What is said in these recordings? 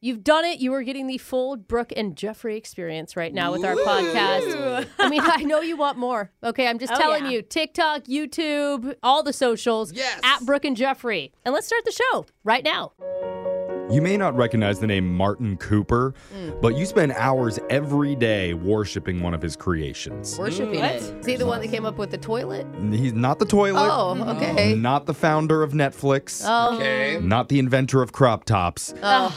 You've done it. You are getting the full Brooke and Jeffrey experience right now with our podcast. I mean, I know you want more. Okay, I'm just Oh, telling yeah. you TikTok, YouTube, all the socials Yes. at Brooke and Jeffrey. And let's start the show right now. You may not recognize the name Martin Cooper, Hmm. but you spend hours every day worshiping one of his creations. Mm, Worshipping What? it. Is he the one that came up with the toilet? He's not the toilet, Oh, okay. not the founder of Netflix, Oh, Okay. not the inventor of crop tops.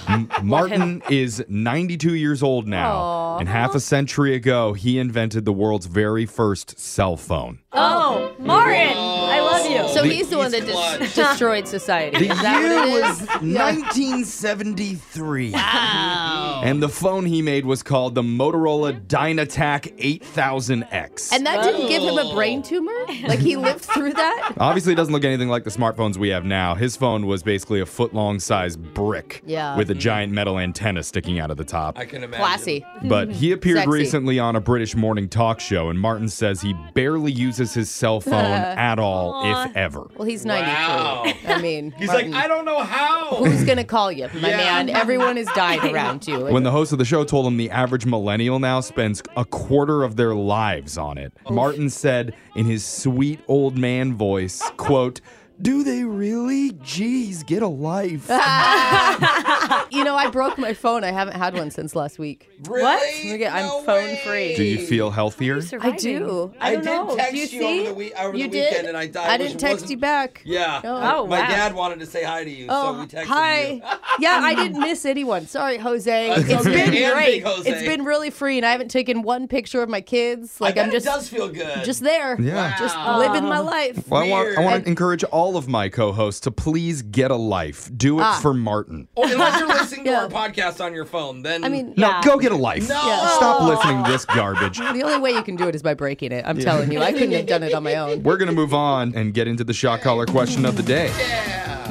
M- Martin is 92 years old now, and half a century ago, he invented the world's very first cell phone. Oh, Martin, I love you. so The- he's the one that he's des- clutch. destroyed society. The Is that what it year is? was 1973. And the phone he made was called the Motorola Dynatac 8000X. And that didn't give him a brain tumor? Like he lived through that? Obviously, it doesn't look anything like the smartphones we have now. His phone was basically a foot long size brick Yeah. with a giant metal antenna sticking out of the top. I can imagine. Classy. But he appeared Mm-hmm. Sexy. recently on a British morning talk show, and Martin says he barely uses his cell phone at all, if ever. Well, he's 93. Wow. I mean, He's Martin, like, I don't know how. who's going to call you, my Yeah. man? Everyone has died around you. When the host of the show told him the average millennial now spends a quarter of their lives on it, Martin said in his sweet old man voice, quote, do they really? Geez, get a life. you know, I broke my phone. I haven't had one since last week. Really? Look at- I'm No phone way. free. Do you feel healthier? I do. I, don't did know. text Do you, see? over the, week over You the weekend, did? and I died. I didn't text you back. Yeah. No. I- Oh, My wow. dad wanted to say hi to you, so we texted Oh, hi. you. yeah, I didn't miss anyone. Sorry, Jose. That's It's okay. been And great. big Jose. It's been really free, and I haven't taken one picture of my kids. I Like bet I'm it just does feel good. just there. Yeah. Just Wow. living my life. Well, I want, I Weird. want to encourage all of my co hosts to please get a life. Do it Ah. for Martin. Or Oh, unless you're listening to our podcast on your phone, then I mean, No, go get a life. Yeah. Stop listening to this garbage. the only way you can do it is by breaking it. I'm telling you, I couldn't have done it on my own. We're going to move on and get into the shot collar question of the day.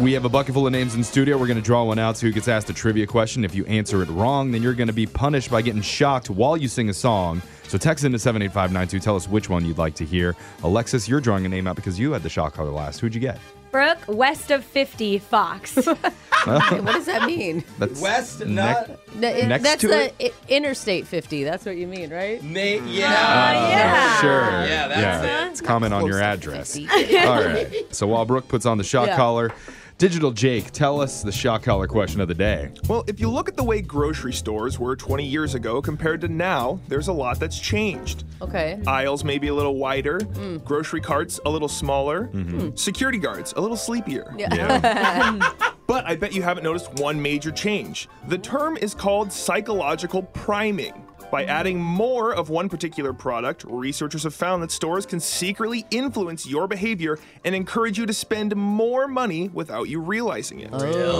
We have a bucket full of names in studio. We're going to draw one out so who gets asked a trivia question. If you answer it wrong, then you're going to be punished by getting shocked while you sing a song. So text into 78592. Tell us which one you'd like to hear. Alexis, you're drawing a name out because you had the shot collar last. Who'd you get? Brooke, west of 50, Fox. What does that mean? That's West, neck- not- No, it- Next that's to the it? i- Interstate 50. That's what you mean, right? Ah, May, Oh, yeah. yeah. Sure. Yeah, that's it. It's comment on your Close to address. 50. All right. So while Brooke puts on the shot Yeah. collar, Digital Jake, tell us the shot collar question of the day. Well, if you look at the way grocery stores were 20 years ago compared to now, there's a lot that's changed. Okay. Aisles may be a little wider, grocery carts a little smaller, security guards a little sleepier. Yeah. But I bet you haven't noticed one major change. The term is called psychological priming. By adding more of one particular product, researchers have found that stores can secretly influence your behavior and encourage you to spend more money without you realizing it.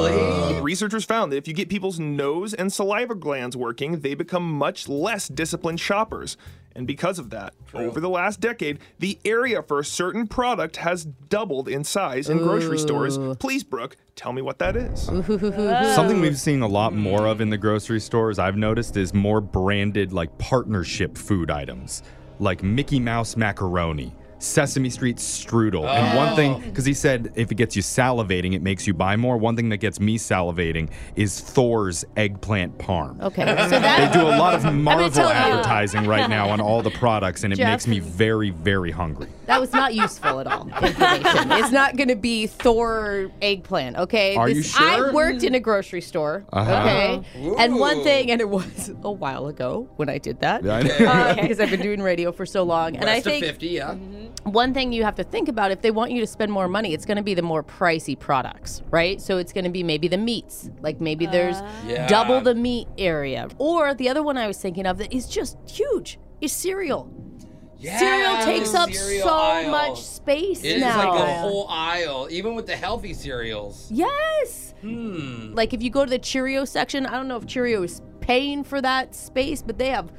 Really? Researchers found that if you get people's nose and saliva glands working, they become much less disciplined shoppers. And because of that, over the last decade, the area for a certain product has doubled in size in grocery stores. Please, Brooke, tell me what that is. Something we've seen a lot more of in the grocery stores, I've noticed, is more branded, like partnership food items, like Mickey Mouse macaroni, Sesame Street strudel. And one thing, Oh. because he said if it gets you salivating, it makes you buy more. One thing that gets me salivating is Thor's eggplant parm. Okay, so that They do a lot of Marvel tell you. advertising right now on all the products, and it Jeff. makes me very, very hungry. That was not useful at all. Information. it's not going to be Thor eggplant. Okay. Are you sure? I worked in a grocery store. Uh-huh. Okay. And one Ooh. thing, and it was a while ago when I did that. Uh, Yeah, I know. Because I've been doing radio for so long, and I West think Mhm. of 50, yeah. one thing you have to think about if they want you to spend more money, it's going to be the more pricey products, right? So it's going to be maybe the meats, like maybe there's Uh. Yeah. double the meat area, or the other one I was thinking of that is just huge is cereal. Yeah, cereal the takes up cereal so aisle. much space It is now. like a whole aisle, even with the healthy cereals. yes. Hmm. Like if you go to the Cheerio section, I don't know if Cheerio is paying for that space, but they have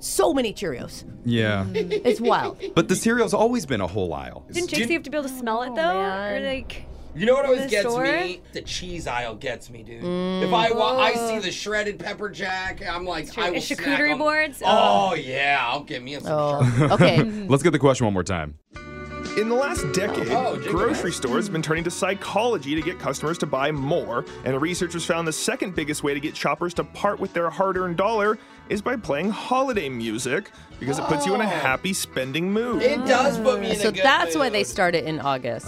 so many Cheerios. Yeah. It's wild. But the cereal's always been a whole aisle. Didn't Did- Jixie have to be able to smell Oh, it though? Or like, You know what always the gets store? me? The cheese aisle gets me, dude. Mm. If I wa- I Oh. see the shredded pepper jack, I'm like, I will And snack charcuterie on- boards? Oh, yeah, I'll get me some. charcuterie. Oh, okay. Let's get the question one more time. In the last decade, Oh, jingle grocery stores have been turning to psychology to get customers to buy more, and researchers found the second biggest way to get shoppers to part with their hard earned dollar is by playing holiday music because it puts you in a happy spending mood. Oh. It does put me in Ah. So a good that's why mood. they started in August.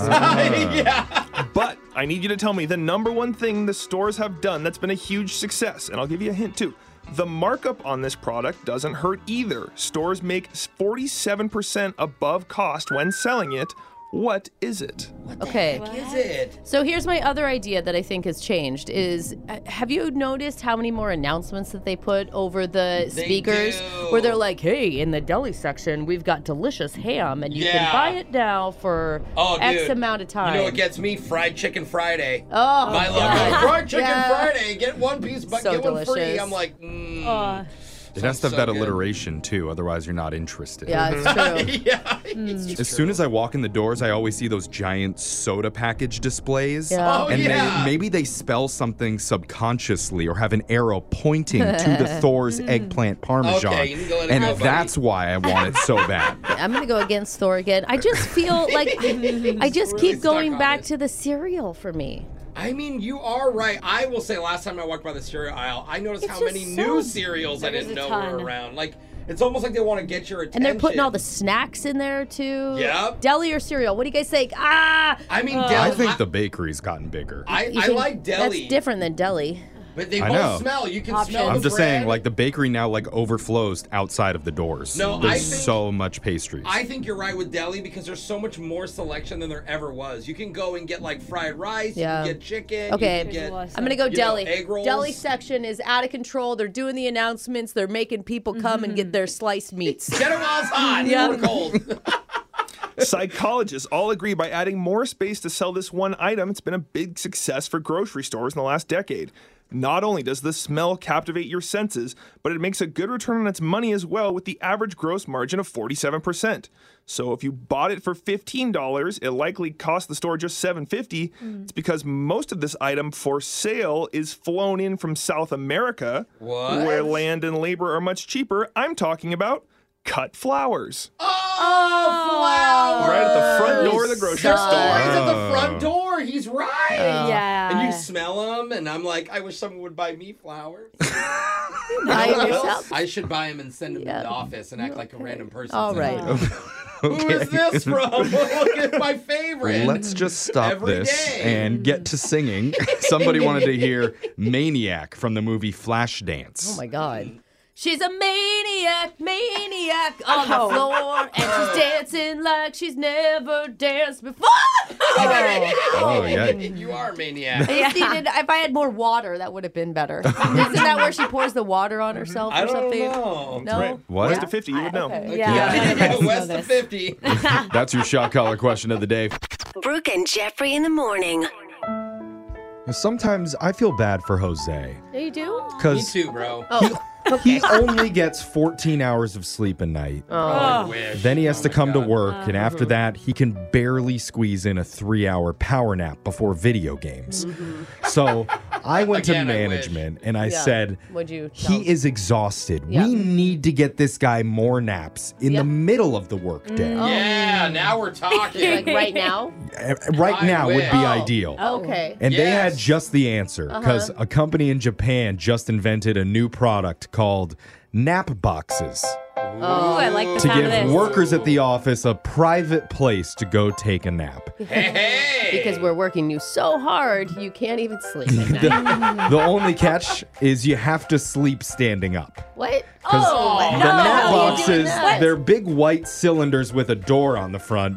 But I need you to tell me the number one thing the stores have done that's been a huge success, and I'll give you a hint too. The markup on this product doesn't hurt either. Stores make 47% above cost when selling it. What is it? okay. Is it? So here's my other idea that I think has changed is uh, have you noticed how many more announcements that they put over the They speakers do. where they're like, "Hey, in the deli section, we've got delicious ham and you Yeah. can buy it now for Oh, X dude. amount of time." You know what gets me? Fried Chicken Friday. oh, My God. love, fried chicken Yeah. Friday. Get one piece, but So get one free. delicious. I'm like, mm. oh, It has to have so that good. alliteration too, otherwise you're not interested. Yeah, it's true. Mm-hmm. Hmm. yeah. As soon as I walk in the doors, I always see those giant soda package displays. Yeah. Oh, and they- yeah. maybe they spell something subconsciously or have an arrow pointing to the Thor's Hmm. eggplant parmesan. Okay, you can go let it and go, buddy. that's why I want it so bad. I'm gonna go against Thor again. I just feel like I just Really keep stuck going on back it. to the cereal for me. I mean, you are right. I will say, last time I walked by the cereal aisle, I noticed It's how just many so- new cereals I didn't a know ton. were around. Like, it's almost like they want to get your attention. And they're putting all the snacks in there too. Yep. Deli or cereal? What do you guys think? Ah, I mean, I deli. think the bakery's gotten bigger. I, You I can- like deli, That's different than deli. but they I both know. smell. You can smell. Options. the I'm just bread. saying, like the bakery now like overflows outside of the doors. No, I There's think- so much pastries. I think you're right with deli because there's so much more selection than there ever was. You can go and get like fried rice. Yeah. You can get chicken. Okay. You can get, I'm gonna go you know, deli. egg rolls. Deli section is out of control. They're doing the announcements. They're making people come and get their sliced meats. Get them all hot Yeah. or cold. Psychologists all agree by adding more space to sell this one item, it's been a big success for grocery stores in the last decade. Not only does the smell captivate your senses, but it makes a good return on its money as well with the average gross margin of 47%. So if you bought it for $15, it likely cost the store just $7.50. It's because most of this item for sale is flown in from South America, where land and labor are much cheaper. I'm talking about cut flowers. oh, flowers. Right at the front door of the grocery There's store. flowers at the front door. He's right. Oh. yeah. And you smell them, and I'm like, I wish someone would buy me flowers. Buy What yourself. else? I should buy them and send them to the office and act like a random person. All Say, right. Who is this from? Look at my favorite. Let's just stop Every this day. and get to singing. Somebody wanted to hear Maniac from the movie Flashdance. Oh my god. She's a maniac, maniac on the floor, and she's dancing like she's never danced before. Oh, yeah. You are a maniac. I just needed, if I had more water, that would have been better. Isn't that where she pours the water on herself Mm-hmm. I or don't something? know. No. Right. What? West of 50, you would know. Yeah. Yeah. West of 50. That's your shot collar question of the day. Brooke and Jeffrey in the morning. Sometimes I feel bad for Jose you do? Me because too, bro. Oh. he only gets 14 hours of sleep a night. Oh, I wish. Then he has Oh to my come to God. work, and Uh-huh. after that, he can barely squeeze in a three hour power nap before video games. Mm-hmm. So I went Again, to I wish. management and I said, Would you? tell- He is exhausted. Yeah. We need to get this guy more naps in Yeah. Mm. the middle of the workday. Yeah, now we're talking. Oh. like right now? Uh, Right I now would wish. be Oh. ideal. Okay. And they had Yes. just the answer Uh-huh. because a company in Japan just invented a new product called nap boxes Ooh, I like the to sound of give this. workers at the office a private place to go take a nap. hey, hey. Because we're working you so hard, you can't even sleep at night. The, the only catch is you have to sleep standing up. What? 'Cause the nap Oh, no, you're boxes, doing that. they're big white cylinders with a door on the front.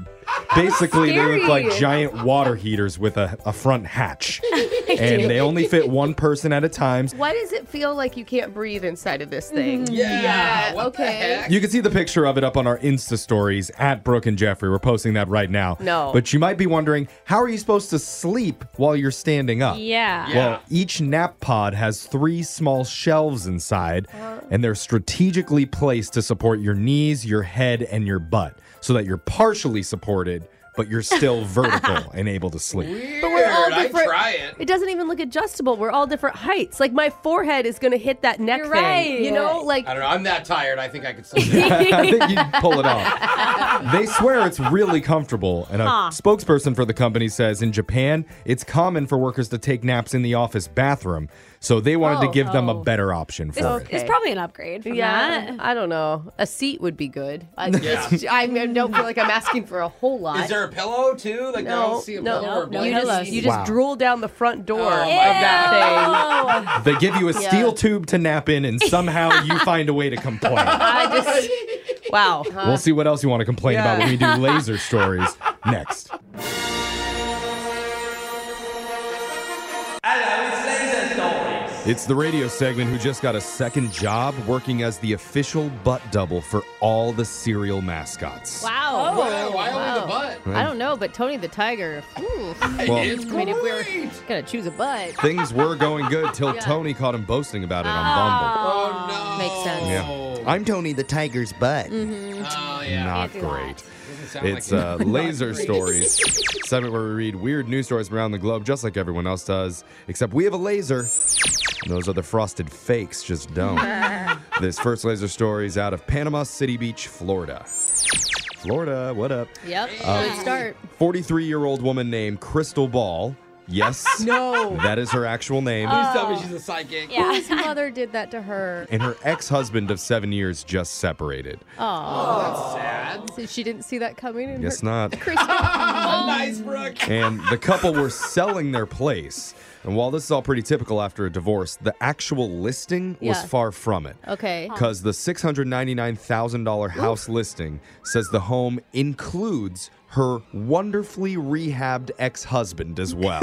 Basically, they look like giant water heaters with a, a front hatch. and they only fit one person at a time. Why does it feel like you can't breathe inside of Mm-hmm. this thing? Yeah. What The okay. heck? You can see the picture of it up on our Insta stories at Brooke and Jeffrey. We're posting that right now. No. But you might be wondering how are you supposed to sleep while you're standing up? Yeah. Well, each nap pod has three small shelves inside, and they're strategically placed to support your knees, your head, and your butt so that you're partially supported, but you're still vertical and able to sleep. Weird. But we're all I different- try it. It doesn't even look adjustable. We're all different heights. Like my forehead is gonna hit that neck You're thing. right. You know, like I don't know. I'm that tired. I think I could sleep. now. I think you'd pull it off. They swear it's really comfortable, and a spokesperson for the company says in Japan, it's common for workers to take naps in the office bathroom, so they wanted to give them a better option for it. Oh, It's probably an upgrade from yeah. that. I don't know. A seat would be good. I, it's- I mean, I don't feel like I'm asking for a whole lot. Is there a pillow too? Like I no, don't see a no, pillow. or you just, pillows. you just Wow. drool down the front door Oh, of my that thing. They give you a steel tube to nap in, and somehow you find a way to complain. I just, wow. We'll see what else you want to complain about when we do laser stories next. It's the radio segment who just got a second job working as the official butt double for all the cereal mascots. Wow. Wow, Oh, why only the butt? I don't know, but Tony the Tiger. Ooh. Well- it's I mean, if we're great. gonna choose a butt, Things were going good till Tony caught him boasting about it on Oh no. Makes sense. Bumble. I'm Tony the Tiger's butt. Oh yeah. Not great. Doesn't sound It's like uh, it. Laser Stories, segment where we read weird news stories from around the globe, just like everyone else does, except we have a laser. And those other frosted fakes just don't. this first laser story is out of Panama City Beach, Florida. Florida, what up? yep, good start. 43 year old woman named Crystal Ball. Yes. no. That is her actual name. Please tell Uh, me she's a psychic. Yeah. His mother did that to her. and her ex husband of seven years just separated. Oh, Sad. So she didn't see that coming. And Guess her- not. Nice, Brooke. and the couple were selling their place. And while this is all pretty typical after a divorce, the actual listing was Yeah. far from it. Okay. Because the $699,000 house listing says the home includes her wonderfully rehabbed ex husband as well.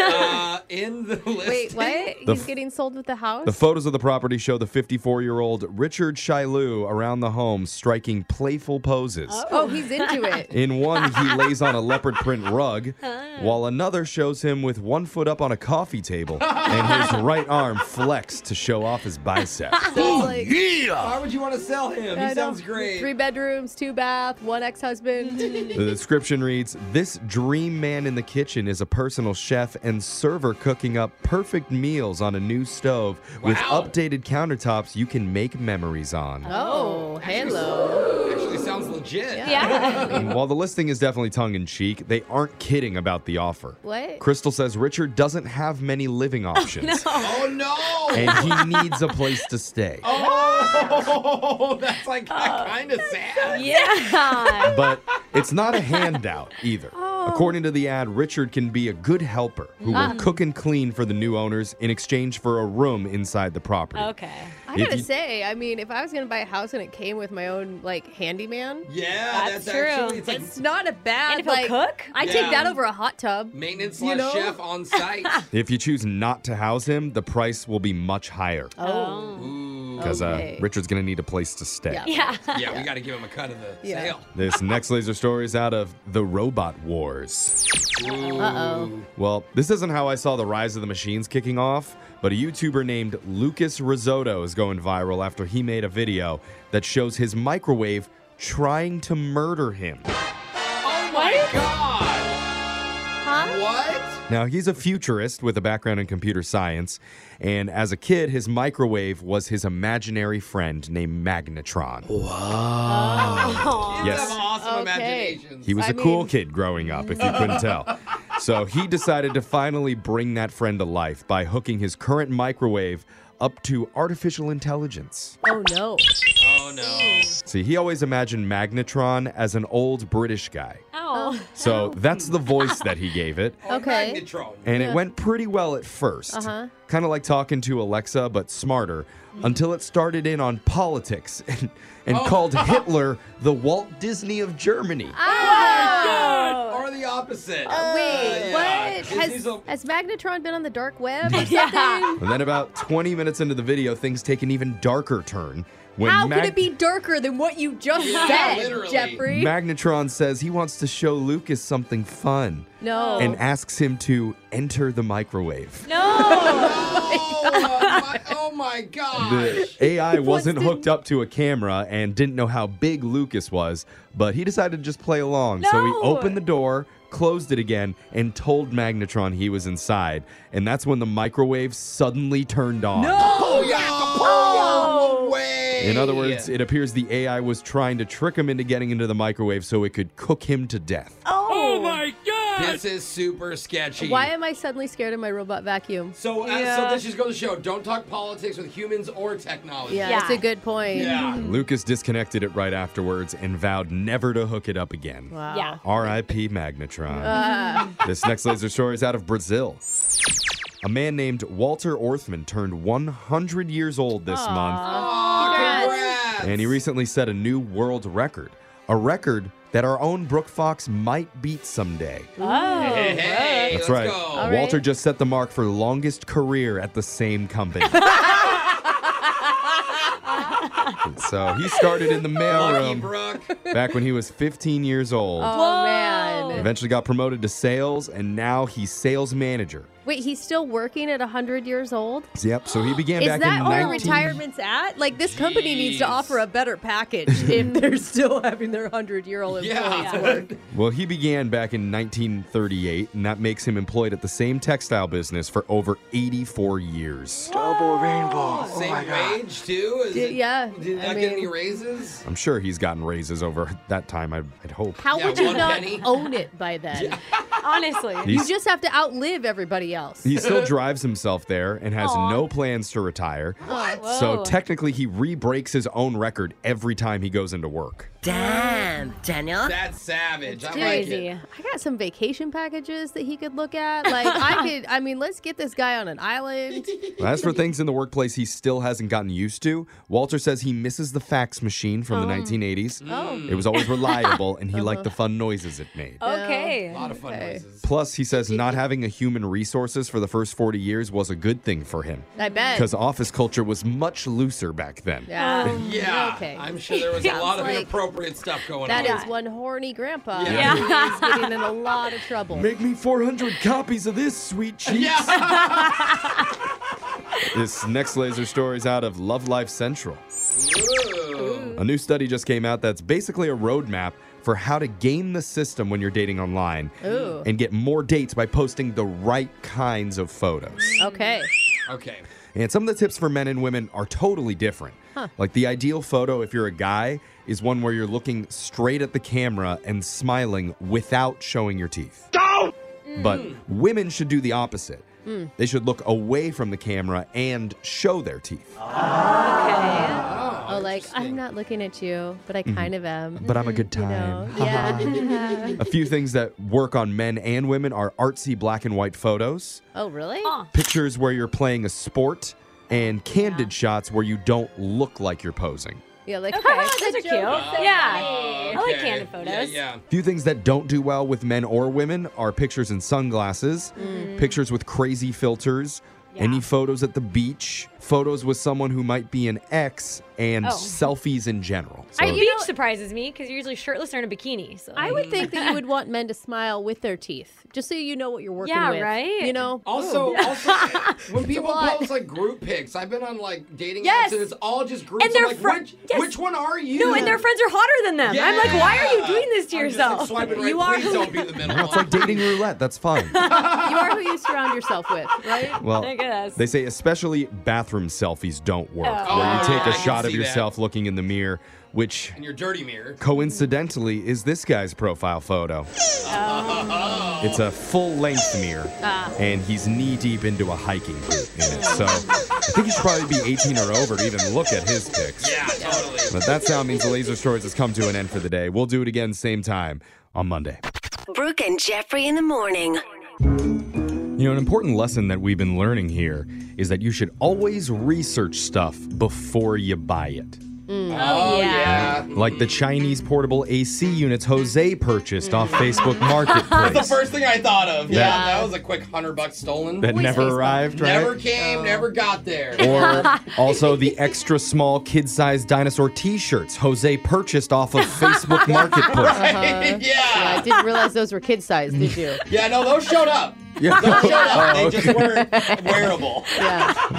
Uh, in the list. Wait, what? The He's f- getting sold with the house? the photos of the property show the 54 year old Richard Shailu around the home striking playful poses. oh, he's into it. In one, he lays on a leopard print rug, Ah. while another shows him with one foot up on a coffee table and his right arm flexed to show off his bicep. Why would you want to sell him? He sounds great. Three bedrooms, two bath, one ex-husband. The description reads This dream man in the kitchen is a personal chef and server cooking up perfect meals on a new stove with Wow. updated countertops you can make memories on. oh, hello. Actually, sounds legit. Yeah. And while the listing is definitely tongue in cheek, they aren't kidding about the offer. What? Crystal says Richard doesn't have many living options. Oh no. and he needs a place to stay. Oh, that's like kind of sad. Yeah. But it's not a handout either. Oh. According to the ad, Richard can be a good helper who Ah. will cook and clean for the new owners in exchange for a room inside the property. Oh. Okay. I If gotta you- say, I mean, if I was gonna buy a house and it came with my own like handyman, Yeah, that's that's true. actually- it's, it's like- not a bad. And if he'll like, cook? I Yeah. take that over a hot tub. Maintenance you slash know? chef on site. If you choose not to house him, the price will be much higher. Oh. Because Okay. uh, Richard's going to need a place to stay. Yeah. Yeah, we got to give him a cut of the Yeah. sale. This next laser story is out of The Robot Wars. Uh-oh. Well, this isn't how I saw the rise of the machines kicking off, but a YouTuber named Lucas Risotto is going viral after he made a video that shows his microwave trying to murder him. Oh my god. What? Now, he's a futurist with a background in computer science, and as a kid, his microwave was his imaginary friend named Magnetron. Wow. Oh. Yes. Kids have awesome Okay. imaginations. He was a cool kid growing up, if you couldn't tell. So he decided to finally bring that friend to life by hooking his current microwave up to artificial intelligence. Oh no. Oh no. See, he always imagined Magnetron as an old British guy. Oh. So that's the voice that he gave it. Okay. And Yeah. it went pretty well at 1st Uh-huh. Mm. Kind of like talking to Alexa, but smarter, until it started in on politics and, and Oh. called Hitler the Walt Disney of Germany. Oh my god. Or the opposite. Uh, wait, Yeah. what? Disney's Has, a- has Magnetron been on the dark web or something? And then about 20 minutes into the video, things take an even darker turn when How Mag- could it be darker than what you just Yeah, said, literally. Jeffrey? Magnetron says he wants to show Lucas something fun No. and asks him to enter the microwave. No. oh my god. The AI wasn't hooked up to a camera and didn't know how big Lucas was, but he decided to just play along. So he No. opened the door, closed it again, and told Magnetron he was inside. And that's when the microwave suddenly turned on. Oh, yeah. Oh, no way. In other words, it appears the AI was trying to trick him into getting into the microwave so it could cook him to death. Oh. my god. This is super sketchy. Why am I suddenly scared of my robot vacuum? So, uh, so this just goes to show don't talk politics with humans or technology. yeah, that's a good point. Yeah. Lucas disconnected it right afterwards and vowed never to hook it up again. Wow. Yeah. R.I.P. Magnetron. Uh. Ah. this next laser story is out of Brazil. A man named Walter Orthman turned 100 years old this month, Oh, and he recently set a new world record, a record that our own Brooke Fox might beat someday. Oh. Hey, hey, That's let's right. go. Walter just set the mark for longest career at the same company. so he started in the Lucky mailroom Brooke. back when he was 15 years old. Oh man. Eventually got promoted to sales, and now he's sales manager. Wait, he's still working at 100 years old? Yep. So he began Is back that in where 19- retirement's at? Like, this company needs to offer a better package if they're still having their 100 year old employees work. Well, he began back in 1938, and that makes him employed at the same textile business for over 84 years. Double rainbow. Same wage too. Is Did- it, yeah, Did I not get any mean- raises? I'm sure he's gotten raises over that time, I'd, I'd hope. How Yeah, would you one not penny. own it by then? Honestly, you He's- just have to outlive everybody else. He still drives himself there and has no plans to retire. What? So Whoa. technically, he re breaks his own record every time he goes into work. Damn, Daniel. That's savage. I like Crazy. it. I got some vacation packages that he could look at. Like I could. I mean, let's get this guy on an island. As for things in the workplace he still hasn't gotten used to, Walter says he misses the fax machine from the 1980s. Oh. It was always reliable, and he liked the fun noises it made. Okay. A lot of fun noises. Plus, he says not having a human resources for the first 40 years was a good thing for him. I bet. Because office culture was much looser back then. Yeah. Yeah. Okay. I'm sure there was a Sounds lot of like- inappropriate stuff going That on. is one horny grandpa. Yeah. who is getting in a lot of trouble. Make me 400 copies of this, sweet cheeks. this next laser story is out of Love Life Central. A new study just came out that's basically a roadmap for how to game the system when you're dating online Ooh. and get more dates by posting the right kinds of photos. Okay. Okay. And some of the tips for men and women are totally different. Huh. Like the ideal photo, if you're a guy, is one where you're looking straight at the camera and smiling without showing your teeth. But women should do the opposite. Mm. They should look away from the camera and show their teeth. Okay. Oh, like like, I'm not looking at you, but Mm-hmm. I kind of am. But I'm a good time. You know? Yeah. A few things that work on men and women are artsy black and white photos, Oh, really? pictures where you're playing a sport, and candid shots where you don't look like you're posing. Yeah, like okay, those are cute. yeah, I like candid photos. yeah. Few things that don't do well with men or women are pictures in sunglasses, Mm. pictures with crazy filters, any photos at the beach, photos with someone who might be an ex, and Oh. selfies in general. I, beach surprises me because you're usually shirtless or in a bikini. So I would think that you would want men to smile with their teeth, just so you know what you're working Yeah, with. right? You know. Also, Ooh. also when people lot. post like group pics, I've been on like dating Yes. apps and it's all just groups. And they're I'm like, fri- which, yes. which one are you? No, and their friends are hotter than them. I'm like, why are you doing this to I'm just, like, yourself? swiping right. you are. Please don't be the middle No, it's like dating roulette. That's fun. you are who you surround yourself with, right? Well, they say especially bathroom selfies don't work. Oh. where you take a Oh, I can shot of see that. yourself looking in the mirror, which in your dirty mirror. coincidentally is this guy's profile photo. Oh. It's a full length mirror, Ah. and he's knee deep into a hiking boot in it. So I think he should probably be 18 or over to even look at his pics. Yeah, totally. But that sound means the Laser Stories has come to an end for the day. We'll do it again same time on Monday. Brooke and Jeffrey in the morning. You know, an important lesson that we've been learning here is that you should always research stuff before you buy it. Mm. Oh, yeah. Like the Chinese portable AC units Jose purchased off Facebook Marketplace. That's the first thing I thought of. Yeah, That- that was a quick hundred bucks stolen. That Always never Facebook. arrived, right? Never Oh. came, never got there. Or also the extra small kid sized dinosaur t shirts Jose purchased off of Facebook Marketplace. Uh-huh. Yeah. I didn't realize those were kid sized, did you? yeah, no, those showed up. Yeah. Those showed up. Oh, They just weren't wearable.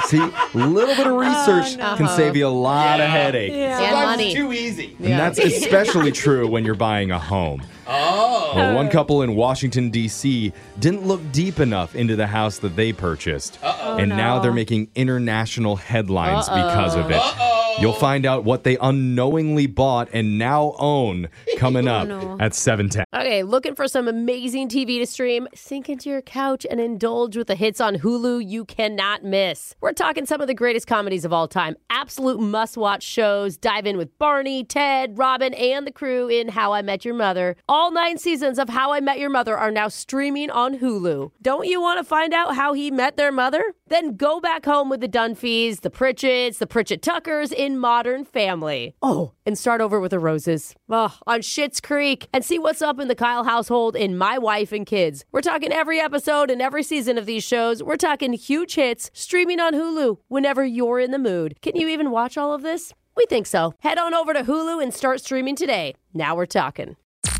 See, a little bit of Oh, research can save you a lot of headache. Sometimes money. it's too easy. And that's especially true when you're buying a home. Oh. Well, one couple in Washington, D.C. didn't look deep enough into the house that they purchased. Uh-oh. And Oh, now no. they're making international headlines Uh-oh. because of it. Uh-oh. You'll find out what they unknowingly bought and now own coming Oh, up no. at 710. Okay, looking for some amazing TV to stream? Sink into your couch and indulge with the hits on Hulu you cannot miss. We're talking some of the greatest comedies of all time, absolute must watch shows. Dive in with Barney, Ted, Robin, and the crew in How I Met Your Mother. All nine seasons of How I Met Your Mother are now streaming on Hulu. Don't you want to find out how he met their mother? Then go back home with the Dunphys, the Pritchetts, the Pritchett Tuckers in Modern Family. Oh, and start over with the Roses. Ugh, on Schitt's Creek and see what's up in the Kyle household in My Wife and Kids. We're talking every episode and every season of these shows. We're talking huge hits streaming on Hulu whenever you're in the mood. Can you even watch all of this? We think so. Head on over to Hulu and start streaming today. Now we're talking.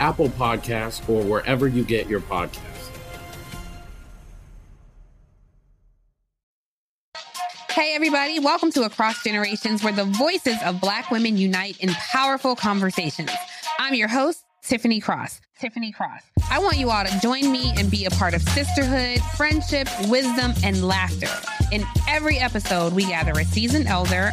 Apple Podcasts, or wherever you get your podcasts. Hey everybody. Welcome to Across Generations, where the voices of Black women unite in powerful conversations. I'm your host, Tiffany Cross. Tiffany Cross. I want you all to join me and be a part of sisterhood, friendship, wisdom, and laughter. In every episode, we gather a seasoned elder.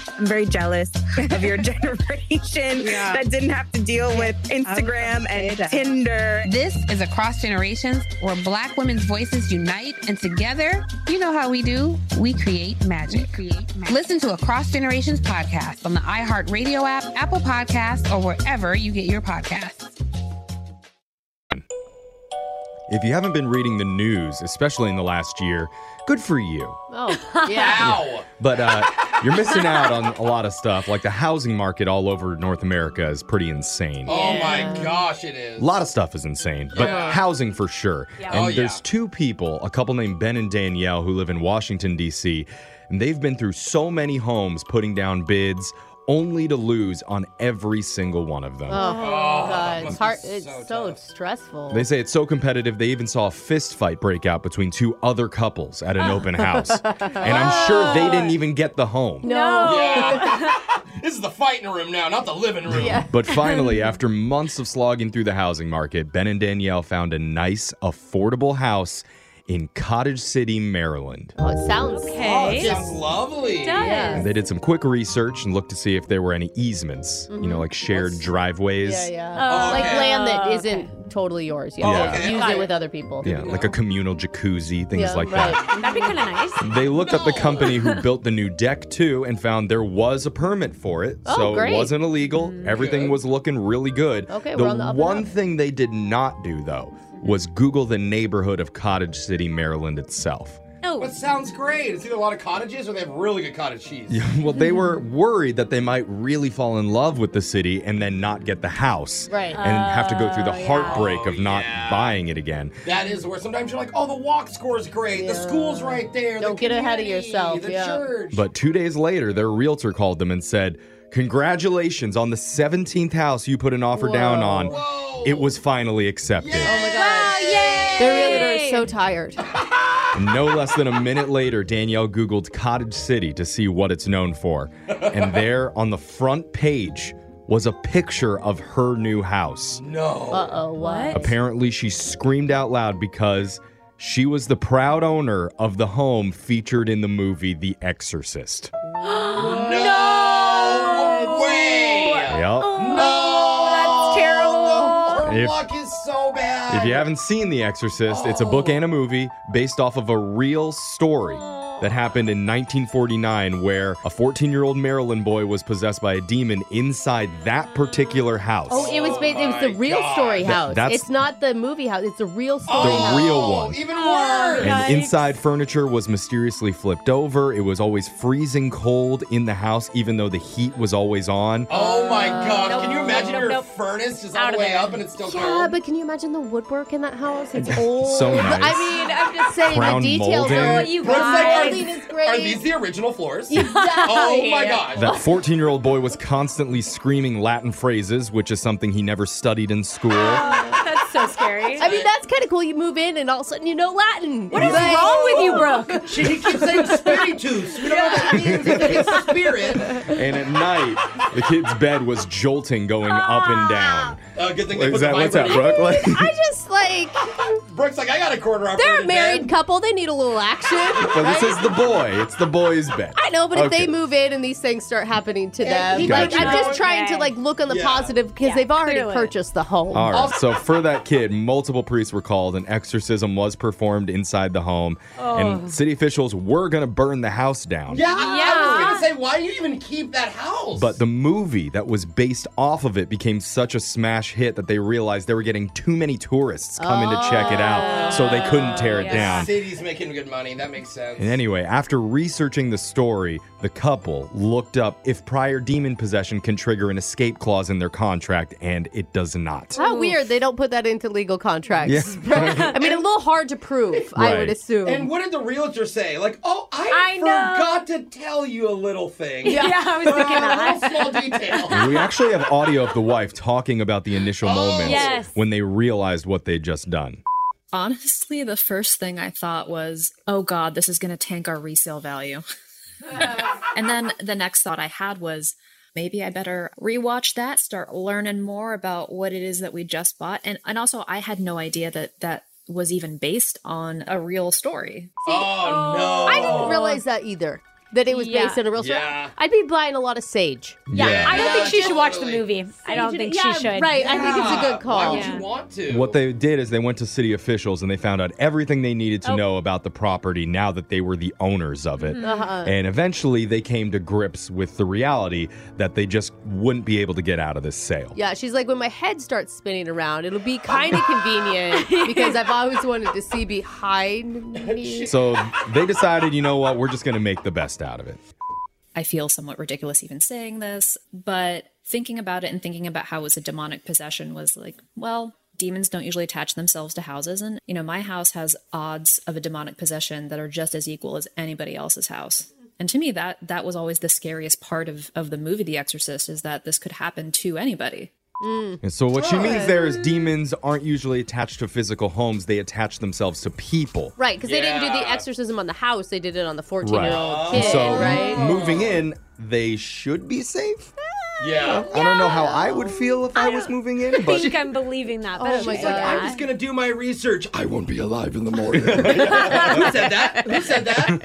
I'm very jealous of your generation Yeah. that didn't have to deal with Instagram and Tinder. This is Across Generations, where Black women's voices unite, and together, you know how we do, we create magic. Listen to Across Generations podcast on the iHeartRadio app, Apple Podcasts, or wherever you get your podcasts. If you haven't been reading the news, especially in the last year, good for you. Oh, yeah. But uh, you're missing out on a lot of stuff. Like the housing market all over North America is pretty insane. Oh my gosh, it is. A lot of stuff is insane, but Yeah. housing for sure. Yeah. And Oh, yeah. there's two people, a couple named Ben and Danielle, who live in Washington, D.C., and they've been through so many homes putting down bids only to lose on every single one of them. Oh, God. It's, hard, it's so, stressful. They say it's so competitive, they even saw a fist fight break out between two other couples at an open house. And I'm sure they didn't even get the home. Oh. No. Yeah. this is the fighting room now, not the living room. But finally, after months of slogging through the housing market, Ben and Danielle found a nice, affordable house in Cottage City, Maryland. Oh, it sounds Oh, it sounds lovely. It does. And they did some quick research and looked to see if there were any easements, you know, Mhm. like shared driveways. Yeah, yeah. Oh, like okay. land that isn't totally yours. You Oh, have to okay. use it with other people. Yeah, like a communal jacuzzi, things Yeah, like right. that. That'd be kind of nice. Oh They looked up the company who built the new deck too and found there was a permit for it. Oh, so great. Mm. it wasn't illegal. Everything was looking really good. Okay, the we're on the up and one thing they did not do though was Google the neighborhood of Cottage City, Maryland itself. No. That sounds great. It's either a lot of cottages or they have really good cottage cheese. Yeah, well, they were Hmm. worried that they might really fall in love with the city and then not get the house. Right. And have to go through the Oh, yeah. heartbreak of not buying it again. That is where sometimes you're like, oh, the walk score's great. The school's right there. Don't get ahead of yourself, The yeah. church. But two days later, their realtor called them and said, Congratulations on the 17th house you put an offer down on. It was finally accepted. The realtor is so tired. No less than a minute later, Danielle Googled Cottage City to see what it's known for. And there on the front page was a picture of her new house. No. Uh oh, what? Apparently, she screamed out loud because she was the proud owner of the home featured in the movie The Exorcist. no way. Yep. Oh, No. That's terrible. Her If- luck is so bad. If you haven't seen The Exorcist, it's a book and a movie based off of a real story that happened in 1949 where a 14 year old Maryland boy was possessed by a demon inside that particular house. Oh, it was ba- it was the real story That- house. that's- it's not the movie house. It's the real story. The house. real one. Oh, Oh, Even worse. And inside furniture was mysteriously flipped over. It was always freezing cold in the house, even though the heat was always on. Oh my God! nope, Can you nope, imagine nope, your nope. furnace just all the way up and it's still yeah, cold? but can you imagine the woodwork in that house? It's old. So nice. I mean, I'm just saying Crown the details molding. are what You But it's like, guys. are, Everything is these, great. are these the original floors? Exactly. Oh my gosh! That 14 year old boy was constantly screaming Latin phrases, which is something he never studied in school. That's so scary. I mean, that's kind of cool. You move in and all of a sudden you know Latin. What is wrong with you, Brooke? She keeps saying spiritus. We don't know what that means. It's spirit. and at night, the kid's bed was jolting going up Ah. and down. Uh, good thing they Is put that the what's up, vibrator- Brooke? Like- I just like. Brooke's like, I got a quarter operated They're bed. a married couple. They need a little action. But right? this is the boy. It's the boy's bed. I know, but if Okay. they move in and these things start happening to Yeah, them, he like, Gotcha. I'm just trying to like look on the Yeah. positive because they've already purchased the home. All right. So for that kid, multiple priests were called. An exorcism was performed inside the home, Oh. and city officials were going to burn the house down. Yeah, I was gonna say, why do you even keep that house? But the movie that was based off of it became such a smash hit that they realized they were getting too many tourists coming to check it out, so they couldn't Oh, tear it down. City's making good money. That makes sense. And anyway, after researching the story, the couple looked up if prior demon possession can trigger an escape clause in their contract, and it does not. How weird they don't put that into legal contracts. I mean, a little hard to prove, I Right. would assume. And what did the realtor say? Like, oh, I, I know. forgot to tell you a little thing. Yeah. Yeah, I was thinking Uh, that. Small detail. we actually have audio of the wife talking about the initial Oh, moments yes. when they realized what they'd just done. Honestly, the first thing I thought was, oh God, this is going to tank our resale value. and then the next thought I had was, maybe I better rewatch that, start learning more about what it is that we just bought. And, and also, I had no idea that that was even based on a real story. oh, no. I didn't realize that either. That it was Yeah. based on a real story. Yeah. I'd be buying a lot of sage. Yeah. Yeah. I don't think she should watch the totally. movie. I don't Sage think it- she yeah, should. right. I think it's a good call. Why would you want to? What they did is they went to city officials and they found out everything they needed to Oh. know about the property now that they were the owners of it. Mm-hmm. Mhm. Uh-huh. And eventually they came to grips with the reality that they just wouldn't be able to get out of this sale. Yeah, she's like, when my head starts spinning around, it'll be kind of convenient because I've always wanted to see behind me. So they decided, you know what, we're just going to make the best out of it. I feel somewhat ridiculous even saying this, but thinking about it and thinking about how it was a demonic possession was like, well, demons don't usually attach themselves to houses. And, you know, my house has odds of a demonic possession that are just as equal as anybody else's house. And to me, that that was always the scariest part of, of the movie The Exorcist is that this could happen to anybody. And so what she means there is demons aren't usually attached to physical homes, they attach themselves to people. Right, because they didn't do the Yeah. exorcism on the house; they did it on the fourteen-year-old Right. kid. So right? m- moving in, they should be safe. Yeah. I don't know how I would feel if I, was moving in, I but think I'm believing that. Oh my She's like, God. I'm just going to do my research. I won't be alive in the morning. Who said that? Who said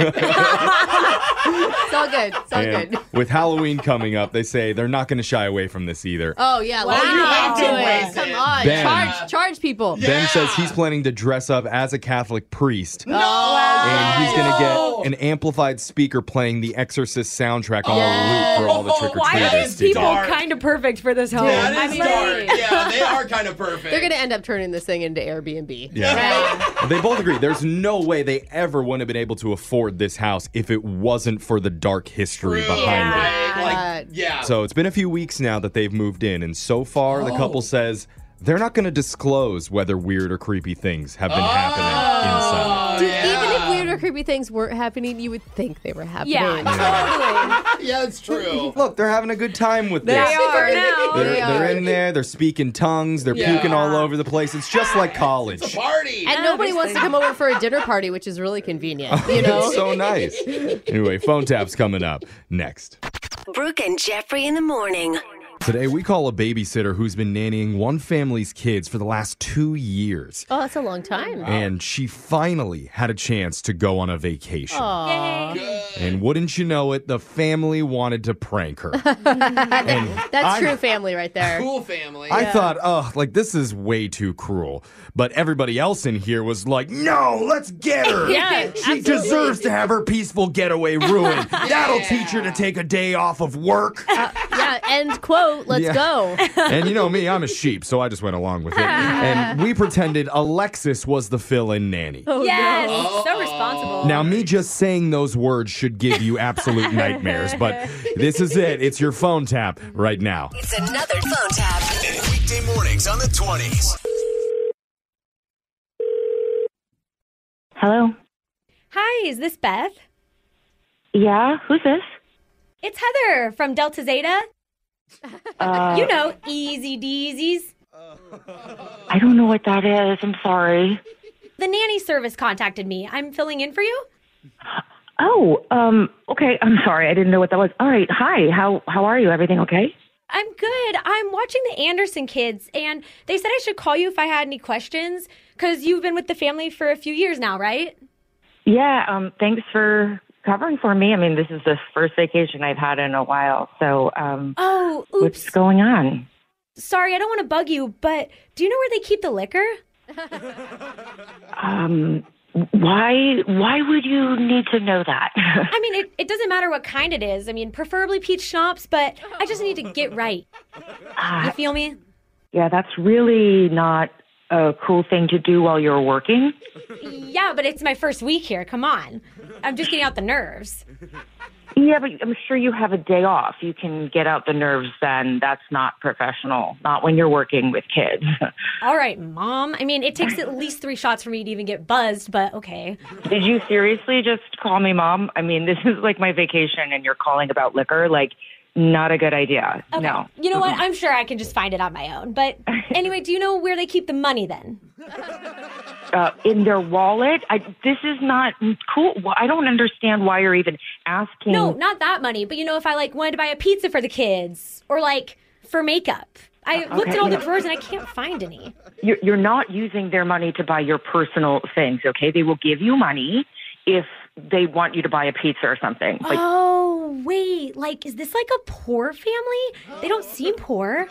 that? it's all good. It's all Um, And good. with Halloween coming up, they say they're not going to shy away from this either. Oh yeah, Well, let's you have do to it. raise Come it. on, Ben. charge, charge people. Ben says he's planning to dress up as a Catholic priest. Oh, wow. And he's going to get an amplified speaker playing the Exorcist soundtrack on a loop for all the trick or Why are these treaters. people kind of perfect for this home? Yeah, I it is mean, dark. Yeah, they are kind of perfect. They're gonna end up turning this thing into Airbnb. Yeah. they both agree. There's no way they ever would have been able to afford this house if it wasn't for the dark history behind it. Like, yeah. So it's been a few weeks now that they've moved in, and so far the couple says they're not going to disclose whether weird or creepy things have been happening Oh, inside. Dude, even if weird or creepy things weren't happening, you would think they were happening. Yeah, totally. yeah, it's true. Look, they're having a good time with Oh. They this. are now. They're, They they're are. in there. They're speaking tongues. They're Yeah. puking all over the place. It's just like college. party. And nobody wants to come over for a dinner party, which is really convenient. You It's know, so nice. Anyway, phone tap's coming up next. Brooke and Jeffrey in the morning. Today, we call a babysitter who's been nannying one family's kids for the last two years. Oh, that's a long time. And she finally had a chance to go on a vacation. Aw. And wouldn't you know it, the family wanted to prank her. That's I- true family right there. Cool family. I thought, oh, like this is way too cruel. But everybody else in here was like, no, let's get her. Yeah, she absolutely. deserves to have her peaceful getaway ruined. Yeah. That'll teach her to take a day off of work. yeah, end quote. Let's Yeah. go. and you know me, I'm a sheep, so I just went along with it. and we pretended Alexis was the fill in nanny. Oh, yes, Oh, so responsible. Now, me just saying those words should give you absolute nightmares, but this is it. It's your phone tap right now. It's another phone tap. Weekday mornings on the 20s. Hello. Hi, is this Beth? Yeah, who's this? It's Heather from Delta Zeta. Uh, you know, easy deezies. I don't know what that is. I'm sorry. The nanny service contacted me. I'm filling in for you. Oh, um, okay. I'm sorry. I didn't know what that was. All right. Hi. How how are you? Everything okay? I'm good. I'm watching the Anderson kids, and they said I should call you if I had any questions because you've been with the family for a few years now, right? Yeah. Um, thanks for covering for me. I mean, this is the first vacation I've had in a while. So, um, Oh, what's going on? Sorry, I don't want to bug you, but do you know where they keep the liquor? Um, why why would you need to know that? I mean, it, it doesn't matter what kind it is. I mean, preferably peach schnapps, but I just need to get right. You feel me? yeah, that's really not a cool thing to do while you're working? Yeah, but it's my first week here. Come on. I'm just getting out the nerves. Yeah, but I'm sure you have a day off. You can get out the nerves then. That's not professional. Not when you're working with kids. All right, mom. I mean, it takes at least three shots for me to even get buzzed, but okay. Did you seriously just call me mom? I mean, this is like my vacation and you're calling about liquor. Like, not a good idea. Okay. No. You know what? I'm sure I can just find it on my own. But anyway, do you know where they keep the money then? Uh, in their wallet? I, this is not cool. Well, I don't understand why you're even asking. No, not that money. But you know, if I like wanted to buy a pizza for the kids or like for makeup, I looked at all the yeah. drawers and I can't find any. You're, you're not using their money to buy your personal things, okay? They will give you money if they want you to buy a pizza or something. Like, oh, wait. Like, is this like a poor family? They don't seem poor.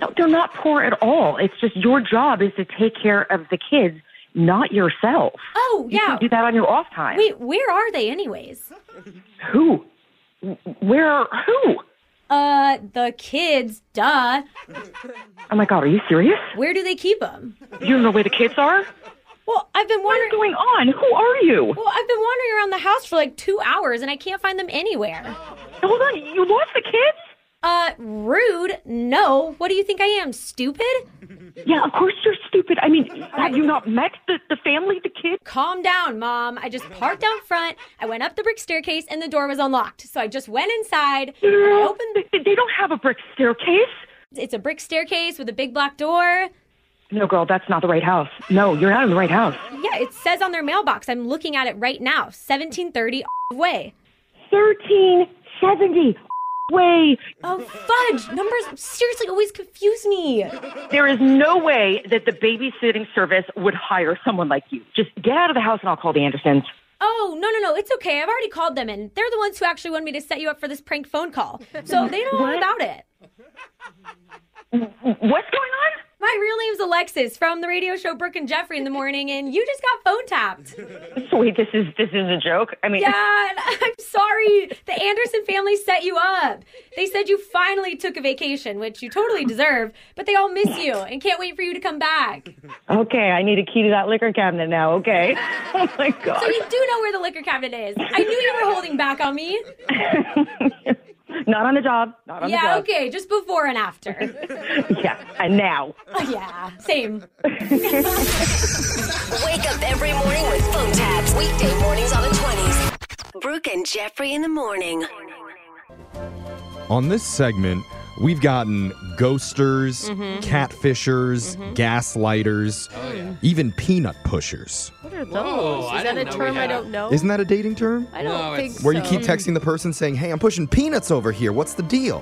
no, they're not poor at all. It's just your job is to take care of the kids, not yourself. Oh, You yeah. can do that on your off time. Wait, where are they, anyways? Who? Where? Who? Uh, the kids, duh. Oh my God, are you serious? Where do they keep them? You don't know where the kids are? Well, I've been wondering. What's going on? Who are you? Well, I've been wandering around the house for like two hours and I can't find them anywhere. Hold on, you lost the kids? Uh, rude. No. What do you think I am, stupid? Yeah, of course you're stupid. I mean, have you not met the, the family, the kids? Calm down, Mom. I just parked out front. I went up the brick staircase and the door was unlocked. So I just went inside and I opened. They don't have a brick staircase. It's a brick staircase with a big black door. No, girl, that's not the right house. No, you're not in the right house. Yeah, it says on their mailbox. I'm looking at it right now. 1730 way. 1370 way. Oh, fudge. Numbers seriously always confuse me. There is no way that the babysitting service would hire someone like you. Just get out of the house and I'll call the Andersons. Oh, no, no, no. It's okay. I've already called them, and they're the ones who actually wanted me to set you up for this prank phone call. So they know all What? about it. What's going on? My real name's Alexis from the radio show Brooke and Jeffrey in the morning, and you just got phone tapped. So wait, this is this is a joke. I mean, Yeah, and I'm sorry. The Anderson family set you up. They said you finally took a vacation, which you totally deserve, but they all miss you and can't wait for you to come back. okay, I need a key to that liquor cabinet now. Okay. Oh my god. So you do know where the liquor cabinet is. I knew you were holding back on me. Not on the job. Not on the Yeah, job. okay, just before and after. Yeah, and now. Oh, yeah, same. Wake up every morning with phone tabs. Weekday mornings on the 20s. Brooke and Jeffrey in the morning. On this segment, we've gotten ghosters, Mm-hmm. Mhm. catfishers, gaslighters, Oh, even peanut pushers. What are those? Whoa, Is I that a didn't know term we I had- don't know? Isn't that a dating term? I don't No, think it's- Where you keep so. texting the person saying, "Hey, I'm pushing peanuts over here. What's the deal?"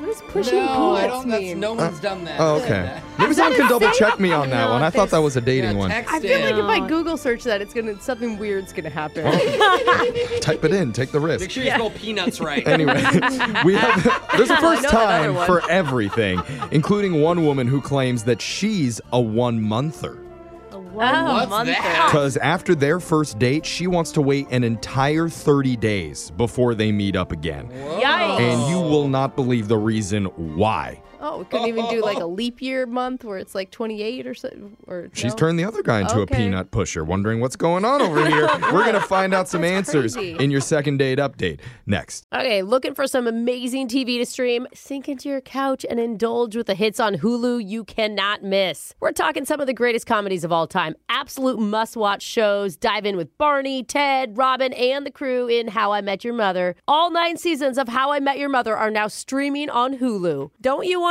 What is pushing no, I peanuts don't, that's, mean? no one's done that. Oh, okay. Maybe Is someone that can a double check thing? me on that No, one. I thought there's- that was a dating one. I feel like if I Google search that, it's gonna something weird's gonna happen. Oh, Type it in. Take the risk. Make sure you spell peanuts right. Anyway, we have there's a I know first that other time one. for everything, including one woman who claims that she's a one monther. Oh, What's that? Because after their first date, she wants to wait an entire 30 days before they meet up again. Yikes. And you will not believe the reason why. Oh, we couldn't even do like a leap year month where it's like 28 or so. Or She's no? turned the other guy into Okay. a peanut pusher, wondering what's going on over here. We're going to find out some answers crazy. in your second date update next. Okay, looking for some amazing TV to stream? Sink into your couch and indulge with the hits on Hulu you cannot miss. We're talking some of the greatest comedies of all time, absolute must watch shows. Dive in with Barney, Ted, Robin, and the crew in How I Met Your Mother. All nine seasons of How I Met Your Mother are now streaming on Hulu. Don't you want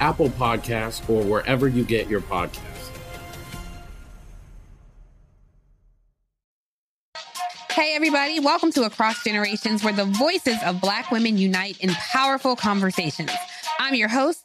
Apple Podcasts, or wherever you get your podcasts. Hey, everybody, welcome to Across Generations, where the voices of Black women unite in powerful conversations. I'm your host,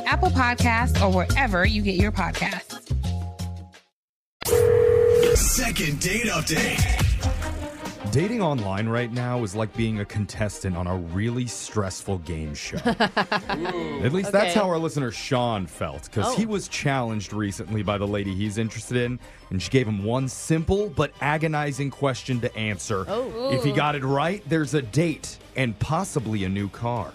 Apple Podcasts, or wherever you get your podcasts. Second date update. Dating online right now is like being a contestant on a really stressful game show. At least that's Okay. how our listener Sean felt, because Oh. he was challenged recently by the lady he's interested in, and she gave him one simple but agonizing question to answer. Oh. If he got it right, there's a date and possibly a new car.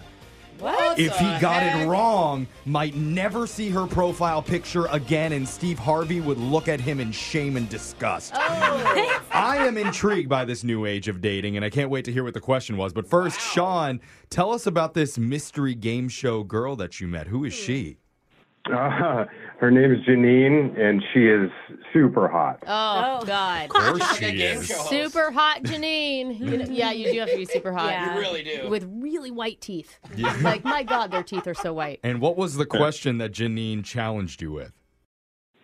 What? if he got it wrong, might never see her profile picture again, and Steve Harvey would look at him in shame and disgust. I am intrigued by this new age of dating, and I can't wait to hear what the question was. But first, Sean, tell us about this mystery game show girl that you met. Who is she? Uh, her name is Janine, and she is super hot. Oh, God. course Like a she game is. show host. Super hot Janine. You know- yeah, you do have to be super hot. Yeah. You really do. With really white teeth. Yeah. Like, my God, their teeth are so white. And what was the question that Janine challenged you with?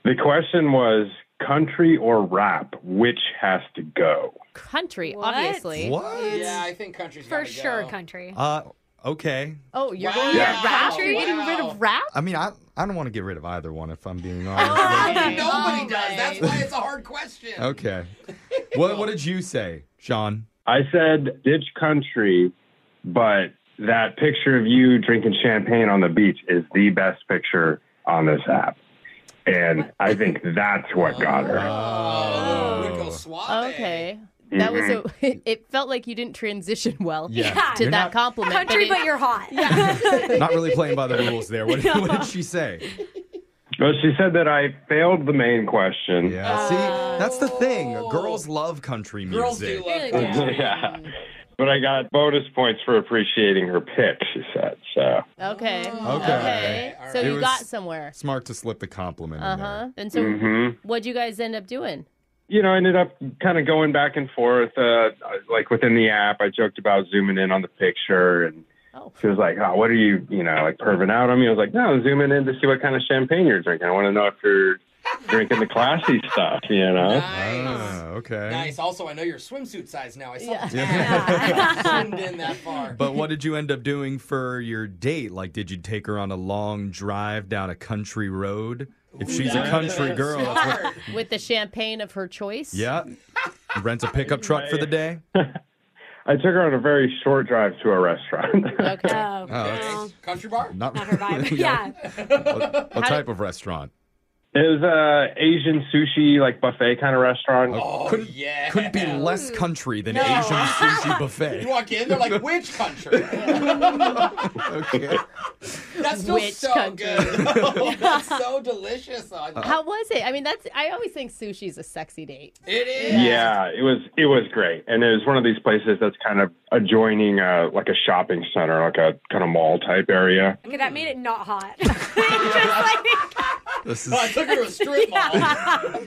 The question was country or rap, which has to go? Country, obviously. What? Yeah, I think country's For sure, country. Uh, okay. Oh, you're Wow. going to Yeah. get rap? Wow. You're getting rid of rap? I mean, I, I don't want to get rid of either one if I'm being honest. Nobody Oh, does. That's why it's a hard question. okay. What, what did you say, Sean? I said ditch country, but that picture of you drinking champagne on the beach is the best picture on this app. And I think that's what got her. Oh. Okay. That was a. It felt like you didn't transition well Mm-hmm. Yeah. to You're that not- compliment. Country, but it- you're hot. Not really playing by the rules there. What, what did she say? But she said that I failed the main question. Yeah, see, that's the thing. Girls love country music. Oh. Girls do love yeah. But I got bonus points for appreciating her pick, she said. So Okay. Okay. So It you was got somewhere. Smart to slip the compliment Uh in there. huh. And so, Mhm. what'd you guys end up doing? you know, I ended up kind of going back and forth. Uh, like within the app, I joked about zooming in on the picture, and she was like, "Oh, what are you, you know, like perving out on me?" I was like, "No, I'm zooming in to see what kind of champagne you're drinking. I want to know if you're drinking the classy stuff, you know? Ah, okay. Nice. Also, I know your swimsuit size now. I saw Yeah. the tag. zoomed in that far. But what did you end up doing for your date? Like, did you take her on a long drive down a country road? If she's a Yeah. country girl, that's what- with the champagne of her choice. yeah. Rent a pickup truck for the day. I took her on a very short drive to a restaurant. Okay. Oh, Country bar? Not- Not her vibe. yeah. that's a type of restaurant. It was a Asian sushi like buffet kind of restaurant. Oh, couldn't, Oh, yeah. Hmm. couldn't be less country than No. Asian sushi You buffet. walk in, they're like, which country? okay. That's still Which so country? good. That's so delicious. though. I love How was it? I mean, that's I always think sushi's a sexy date. It is. Yeah, it was it was great, and it was one of these places that's kind of adjoining uh, like a shopping center, like a kind of mall type area. Okay, that made it not hot. Just like- This I is took her to a strip mall.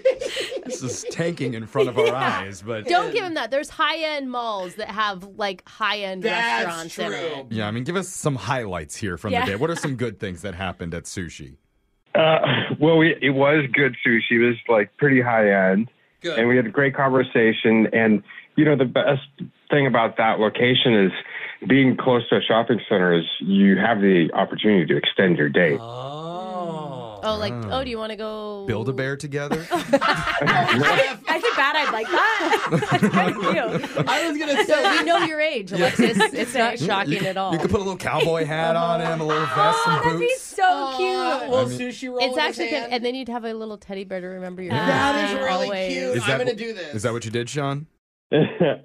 this is tanking in front of our eyes, but Don't give him that. There's high end malls that have like high end That's restaurants in it. Yeah, I mean, give us some highlights here from Yeah. the day. What are some good things that happened at sushi? Uh, well, we, it was good sushi. It was like pretty high end, good. and we had a great conversation. And you know, the best thing about that location is being close to a shopping center is you have the opportunity to extend your date. Oh, like Mm. oh, do you want to go? Build a bear together? I think bad I'd like that. I was gonna So say. we know your age, Alexis. It's not shocking at all. Mm, Oh, You could put a little cowboy hat on him, a little vest, Oh, some boots. so cute. little I mean- sushi roll It's in his actually good, hand. and then you'd have a little teddy bear to remember your. That name is really always. cute. I'm gonna do this. Is that what you did, Sean?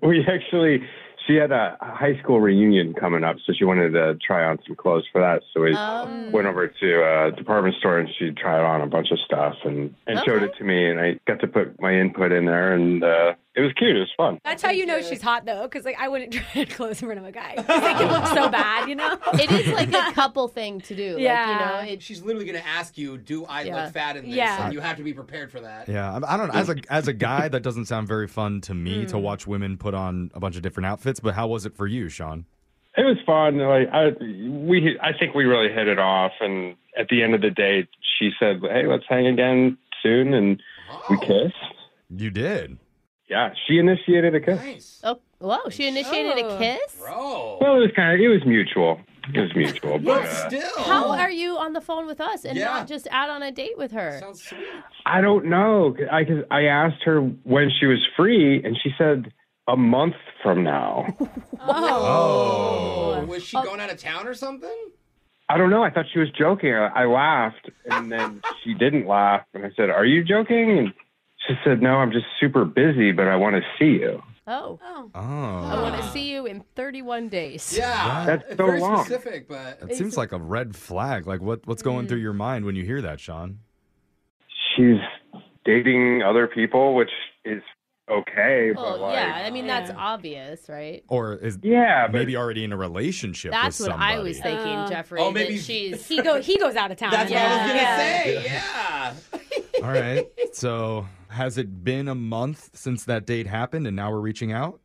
we actually, she had a high school reunion coming up, so she wanted to try on some clothes for that. So we Um. went over to a department store and she tried on a bunch of stuff and, and showed it to me, and I got to put my input in there, and uh, it was cute. It was fun. That's how you know she's hot though, because like I wouldn't try to close in front of a guy. 'Cause They can look so bad, you know. It is like a couple thing to do. Yeah. Like, you know, it, She's literally gonna ask you, "Do I Yeah. look fat in this?" Yeah. And you have to be prepared for that. Yeah, I- I don't. As a as a guy, that doesn't sound very fun to me Mm. to watch women put on a bunch of different outfits. But how was it for you, Sean? It was fun. Like I, we, I think we really hit it off. And at the end of the day, she said, "Hey, let's hang again soon," and we kissed. You did. Yeah, she initiated a kiss. oh, whoa! She initiated Oh. a kiss. Bro, Well, it was kind of it was mutual. It was mutual, but uh, How Oh. are you on the phone with us and Yeah. not just out on a date with her? Sounds sweet. I don't know. I 'cause I asked her when she was free, and she said a month from now. Oh. Was she going out of town or something? I don't know. I thought she was joking. I, I laughed, and then she didn't laugh. And I said, "Are you joking?" And she said, "No, I'm just super busy, but I want to see you." Oh. Oh. I want to see you in 31 days. Ah. Yeah. That's so Very long. specific, but That seems like a red flag. Like what what's going Mm. through your mind when you hear that, Sean? She's dating other people, which is okay. Well, but like, yeah. I mean, that's obvious, right? Or is yeah maybe already in a relationship? That's with what somebody. I was thinking, Uh, Jeffrey. Oh, that maybe- she's. He go. He goes out of town. that's what I was gonna Yeah. say. Yeah. All right. So has it been a month since that date happened, and now we're reaching out?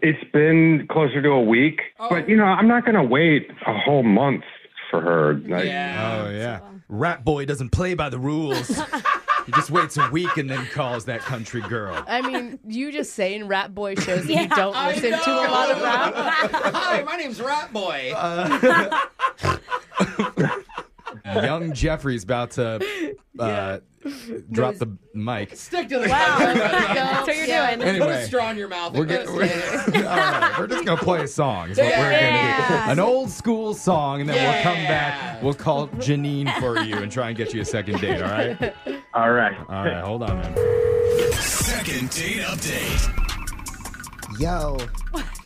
It's been closer to a week, Oh. but you know, I'm not going to wait a whole month for her. Like, Oh yeah. Rat boy doesn't play by the rules. he just waits a week and then calls that country girl. I mean, you just saying Rat Boy shows that you Yeah. don't I listen to a lot of rap. Hi, my name's Rat Boy. Uh, Young Jeffrey's about to uh, drop the mic. Stick to the Wow. country. That's what you're doing. Put Anyway. a straw in your mouth. We're and let gonna- us say it. All right, we're just gonna play a song. Is what we're gonna Yeah. do. An old school song, and then we'll come back. We'll call Janine for you and try and get you a second date. All right. All right. All right. Hold on, man. Second date update. Yo,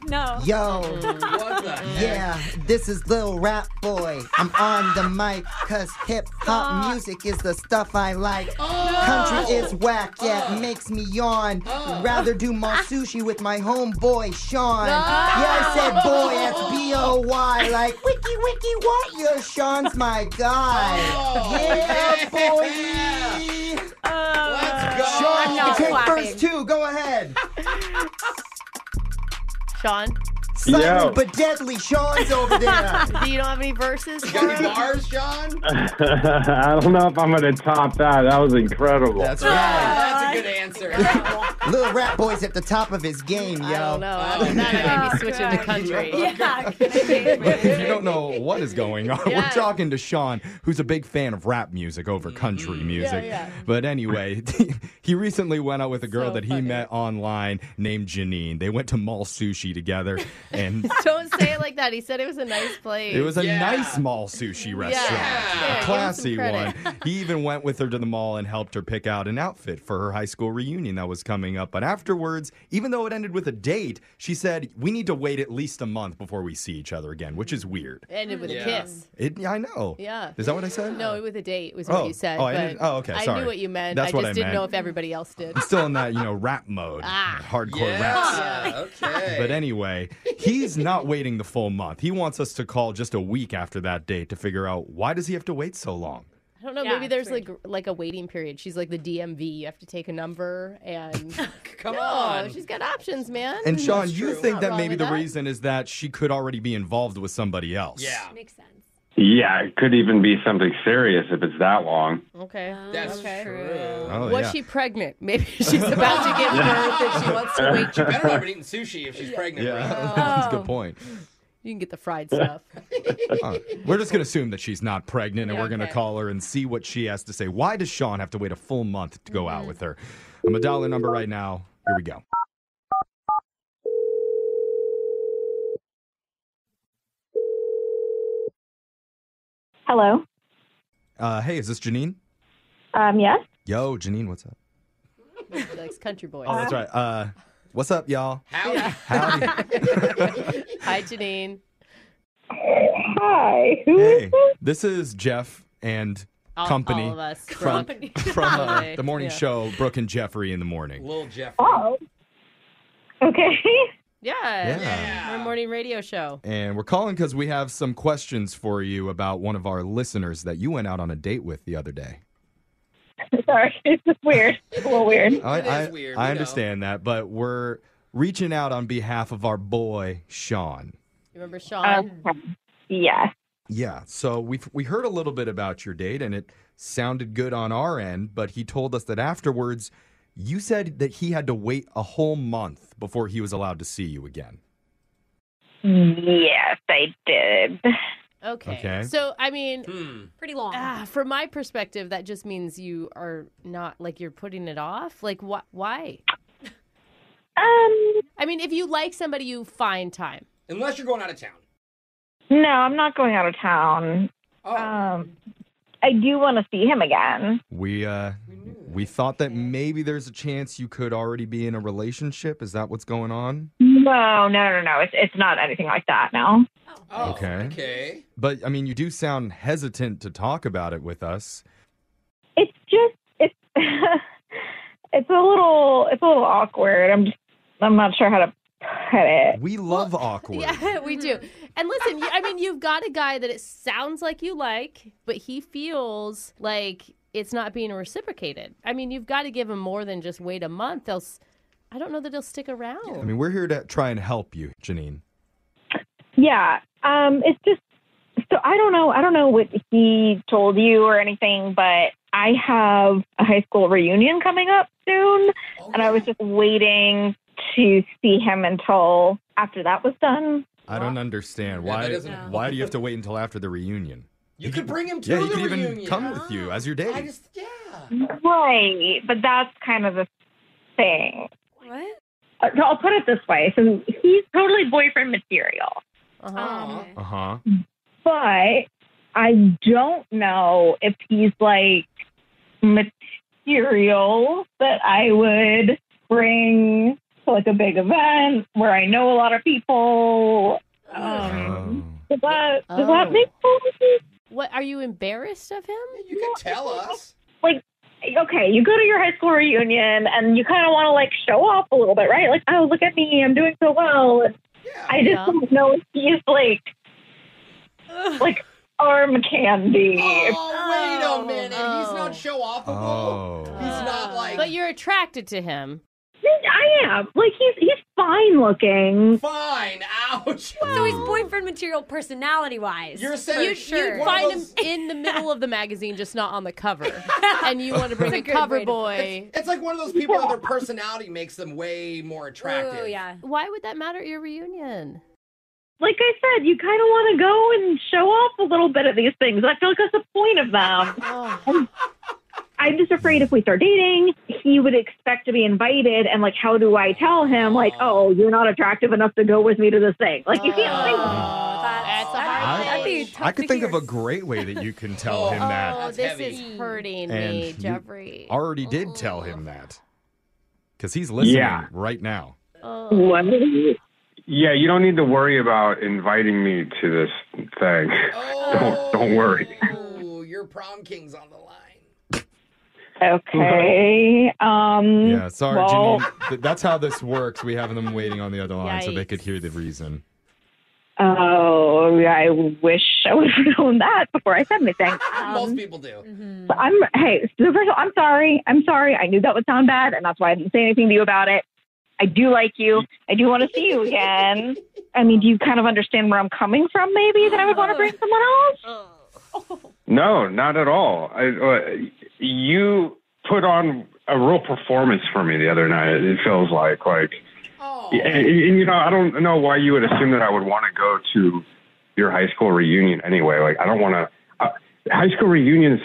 No. yo, What the heck? yeah, this is Lil Rap Boy. I'm on the mic, cause hip hop music is the stuff I like. Oh. Country is whack, yeah, it makes me yawn. Oh. Rather do my sushi with my homeboy Sean. Yeah, I said Oh. boy, that's B O Y, like wiki wiki what? Your Sean's my guy. Oh. Yeah, boy. Let's go. Sean, you can not take clapping. first two, go ahead. Sean? Silent Yo. but deadly. Sean's over there. Do you don't have any verses? You got any bars, Sean? I don't know if I'm gonna top that. That was incredible. That's That's a good answer. Little Rat Boy's at the top of his game, yo. I don't Oh, know. That might be switching the country. Yeah. If you don't know what is going on, we're talking to Sean, who's a big fan of rap music over country music. Mm-hmm. yeah. But anyway, he recently went out with a girl that he met online named Janine. They went to mall sushi together, and Don't say it like that. He said it was a nice place. it was a nice mall sushi restaurant, Yeah, a classy one. He even went with her to the mall and helped her pick out an outfit for her high school reunion that was coming up. But afterwards, even though it ended with a date, she said, "We need to wait at least a month before we see each other again," which is weird. Ended with Yeah. a kiss. It, I know. Yeah. Is that what I said? No, with a date was Oh. what you said. Oh, I but didn't- oh, okay, I sorry. knew what you meant. That's I just what I didn't know meant. if everybody else did. I'm still in that, you know, rap mode. Ah. Hardcore raps. Yeah, okay. But anyway, he's not waiting the full month. He wants us to call just a week after that date to figure out why does he have to wait so long? I don't know. maybe there's like like a waiting period. She's like the DMV. You have to take a number and come no, on. She's got options, man. And Sean, you think Not that wrong maybe with the reason is that she could already be involved with somebody else. Yeah. Makes sense. Yeah, it could even be something serious if it's that long. Okay. That's true. Oh, Was yeah. she pregnant? Maybe she's about to give birth and she wants to wait. She better not be eating sushi if she's pregnant, Yeah. bro. That's a good point. You can get the fried stuff. Uh, we're just going to assume that she's not pregnant and Yeah, we're going to okay. call her and see what she has to say. Why does Sean have to wait a full month to go Mm-hmm. out with her? I'm a dollar number right now. Here we go. Hello. Uh, hey, is this Janine? Um, yes. Yo, Janine, what's up? She likes country boys. Oh, that's right. Uh, what's up, y'all? Hi, Janine. Hi. Hey, this is Jeff and All- company all of us. from Company. from uh, Company. the morning Yeah. show Brooke and Jeffrey in the morning. Little Jeff. Oh. Okay. Yeah. Yeah. We're a morning radio show. And we're calling because we have some questions for you about one of our listeners that you went out on a date with the other day. Sorry, it's just weird. It's a little weird. I, I, I understand that, but we're reaching out on behalf of our boy Sean. You remember Sean? yeah. Yeah. So we we heard a little bit about your date, and it sounded good on our end. But he told us that afterwards, you said that he had to wait a whole month before he was allowed to see you again. Yes, I did. Okay. Okay. So, I mean, Hmm. ah, pretty long. from my perspective, that just means you are not like you're putting it off. Like, wh- why? Um, I mean, if you like somebody, you find time. Unless you're going out of town. No, I'm not going out of town. Oh. Um, I do want to see him again. We uh we thought that maybe there's a chance you could already be in a relationship. Is that what's going on? No, no, no, no. It's it's not anything like that. No. okay. Oh, Okay. But I mean, you do sound hesitant to talk about it with us. It's just it's it's a little it's a little awkward. I'm just I'm not sure how to put it. We love awkward. Yeah, we do. And listen, you- I mean, you've got a guy that it sounds like you like, but he feels like it's not being reciprocated. I mean, you've got to give him more than just wait a month. They'll, s- I don't know that he'll stick around. Oh. I mean, we're here to try and help you, Janine. Yeah. Um, it's just so I don't know. I don't know what he told you or anything, but I have a high school reunion coming up soon, and Oh. I was just waiting to see him until after that was done. I don't understand Yeah, why. that doesn't- Why do you have to wait until after the reunion? You could bring him to yeah, the he could reunion. even come with you as your date. I just, yeah. Right, but that's kind of the thing. What? Uh, no, I'll put it this way: so he's totally boyfriend material, Uh-huh. Uh huh. but I don't know if he's like material that I would bring to like a big event where I know a lot of people. Um, Does that does Oh. that make sense? What are you embarrassed of him? You can tell us. Like. Okay, you go to your high school reunion and you kind of want to like show off a little bit, right? Like, oh, look at me, I'm doing so well. And I just Yeah. don't know if he's like like arm candy. Oh, wait a minute. He's not show off. Oh. Uh, He's not like. But you're attracted to him. I am like he's he's fine looking. Fine. Ouch. so he's boyfriend material personality wise. You're saying you You'd- sure. you'd find find him. him in the middle of the magazine, just not on the cover. and you want to bring a, That's a good way cover to- boy. It's like one of those people that their personality makes them way more attractive. Why would that matter at your reunion? Like I said, you kind of want to go and show off a little bit of these things. I feel like that's the point of them. Oh. I'm- I'm just afraid if we start dating, he would expect to be invited, and like, how do I tell him, like, oh, you're not attractive enough to go with me to this thing? Like, you can't think Oh, I, be I could think of a great way that you can tell him oh, that. this is hurting And me, you Jeffrey. Oh. Already did tell him that. Because he's listening Yeah. right now. Yeah, you don't need to worry about inviting me to this thing. don't don't worry. Ooh, your prom king's on the line. Okay. Um, Yeah, sorry, well, Janine. Th- That's how this works. We have them waiting on the other line so they Yikes. could hear the reason. Oh, I wish I would have known that before I said anything. Um, Most people do. But I'm hey, so first of all, I'm sorry. I'm sorry. I knew that would sound bad, and that's why I didn't say anything to you about it. I do like you. I do want to see you again. I mean, do you kind of understand where I'm coming from? Maybe that I would want to bring someone else. No, not at all. I, uh, you put on a real performance for me the other night. It feels like like, and, and, you know, I don't know why you would assume that I would want to go to your high school reunion anyway. Like, I don't want to. Uh, high school reunions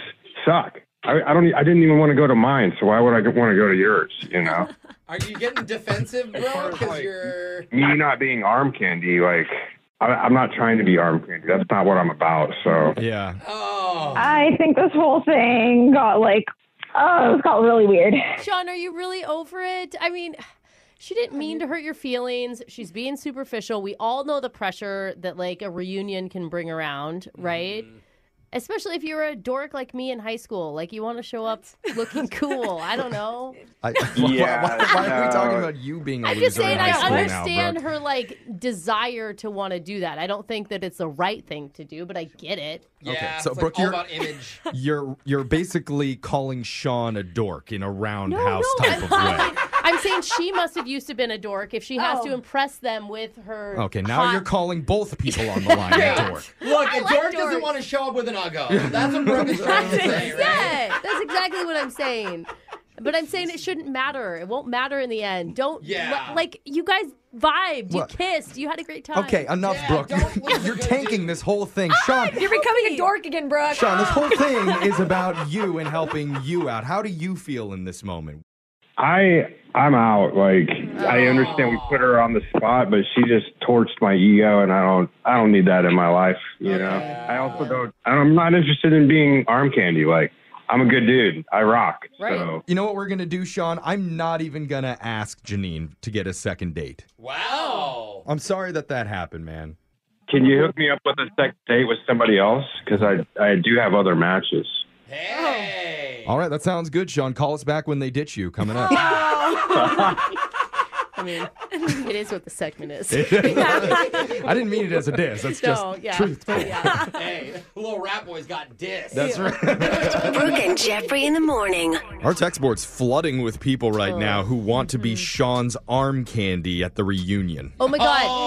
suck. I, I don't. e, I didn't even want to go to mine. So why would I want to go to yours? You know, Are you getting defensive, bro? Because you're. me not being arm candy. Like, I, I'm not trying to be arm candy. That's not what I'm about. So yeah. Oh. I think this whole thing got like, oh, it got really weird. Sean, are you really over it? I mean, she didn't mean to hurt your feelings. She's being superficial. We all know the pressure that like a reunion can bring around, right? Mm-hmm. Especially if you're a dork like me in high school. Like you want to show up looking cool. I don't know. I, Yeah, why, why, why are we talking no. about you being a I'm loser just saying in I high school understand now, her like desire to want to do that. I don't think that it's the right thing to do, but I get it. bro? okay, Yeah, so it's Brooke, like you're, all about image. you're you're basically calling Sean a dork in a roundhouse no, type of way. I'm saying she must have used to been a dork if she has to impress them with her Okay, now hot you're calling both people on the line a Yeah. dork. Look, I a like dork doesn't dorks. want to show up with an uggo. That's what Brooke is trying to say, right? Yeah, that's exactly what I'm saying. But I'm saying it shouldn't matter. It won't matter in the end. Don't Yeah. li- like you guys vibed, What? you kissed, you had a great time. Okay, enough, Brooke. You're tanking this whole thing, Sean. You're becoming a dork again, Brooke. Sean, this whole thing is about you and helping you out. How do you feel in this moment? I I'm out. Like I understand we put her on the spot, but she just torched my ego, and I don't I don't need that in my life. You know. I also don't. And I'm not interested in being arm candy. Like I'm a good dude. I rock. So You know what we're gonna do, Sean? I'm not even gonna ask Janine to get a second date. Wow. I'm sorry that that happened, man. can you hook me up with a second date with somebody else? Because I I do have other matches. All right, that sounds good, Sean. Call us back when they ditch you. Coming up. I mean, it is what the segment is. I didn't mean it as a diss. That's No, just yeah, truthful. hey, little rap boy's got dissed. That's Brooke and Jeffrey in the morning. Our text board's flooding with people right now who want to Mm-hmm. be Sean's arm candy at the reunion. Oh my god.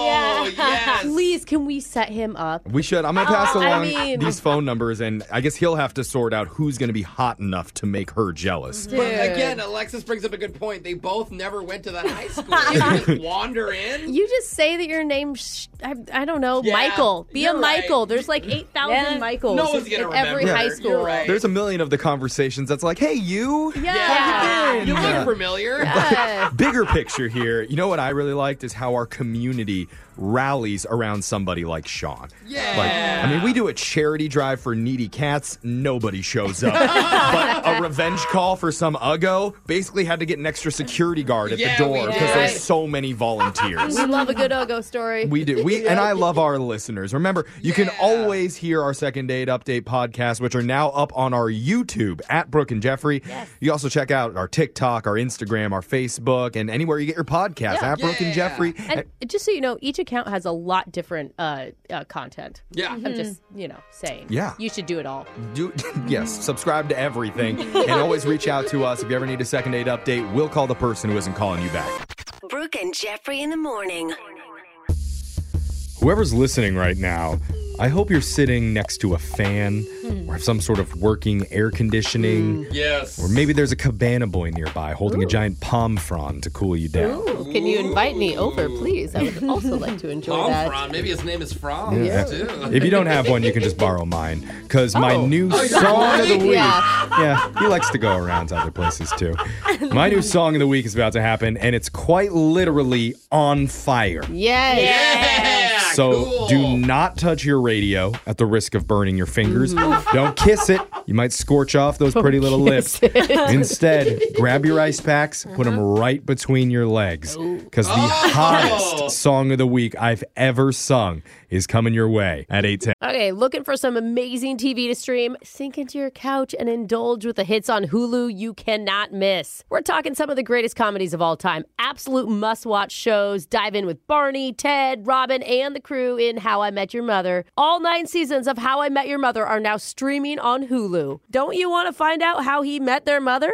Oh, yes. Please can we set him up? We should. I'm gonna pass Oh, I along mean- these phone numbers, and I guess he'll have to sort out who's gonna be hot enough to make her jealous. But again, Alexis brings up a good point. They both never went to that high school. They just wander in. You just say that your name sh- I, I don't know, Yeah, Michael. Be a you're right. Michael. There's like 8,000 Yeah. Michaels No one's gonna in every remember. high You're school. right. There's a million of the conversations that's like, "Hey, you." Yeah. You look Yeah. familiar. Bigger picture here. You know what I really liked is how our community rallies around somebody like Sean. Yeah. Like, I mean, we do a charity drive for needy cats. Nobody shows up. but a revenge call for some uggo basically had to get an extra security guard at Yeah, the we door did. because Right. there's so many volunteers. We love a good Ogo story. We do. We and I love our listeners. Remember, you can always hear our second date update podcast, which are now up on our YouTube at Brooke and Jeffrey. You also check out our TikTok, our Instagram, our Facebook, and anywhere you get your podcast at Brooke and Jeffrey. And just so you know, each account has a lot different uh, uh, content. Yeah. Mm-hmm. I'm Mhm. just, you know, saying. Yeah. You should do it all. Do, yes, subscribe to everything and always reach out to us if you ever need a second date update. We'll call the person who isn't calling you back. Brooke and Jeffrey in the morning. Whoever's listening right now, I hope you're sitting next to a fan or have some sort of working air conditioning. Hmm. Yes. Or maybe there's a cabana boy nearby holding a giant palm frond to cool you down. Ooh, can you invite me over, please? I would also like to enjoy Tom that. Fran. Maybe his name is Franz, too. If you don't have one, you can just borrow mine because my new Oh, you're song of the right. week. Yeah. yeah, he likes to go around to other places too. My new song of the week is about to happen, and it's quite literally on fire. Yes. So do not touch your radio at the risk of burning your fingers. Mm. Don't kiss it. You might scorch off those pretty little lips. kiss it. Instead, grab your ice packs, put Uh-huh. them right between your legs. Oh. Because the hottest song of the week I've ever sung is coming your way at 810. Okay, looking for some amazing TV to stream? Sink into your couch and indulge with the hits on Hulu you cannot miss. We're talking some of the greatest comedies of all time, absolute must watch shows. Dive in with Barney, Ted, Robin, and the crew in How I Met Your Mother. All nine seasons of How I Met Your Mother are now streaming on Hulu. Don't you want to find out how he met their mother?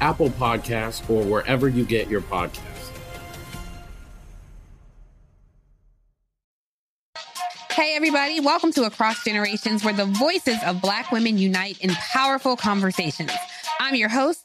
Apple Podcasts, or wherever you get your podcasts. Hey, everybody, welcome to Across Generations, where the voices of Black women unite in powerful conversations. I'm your host,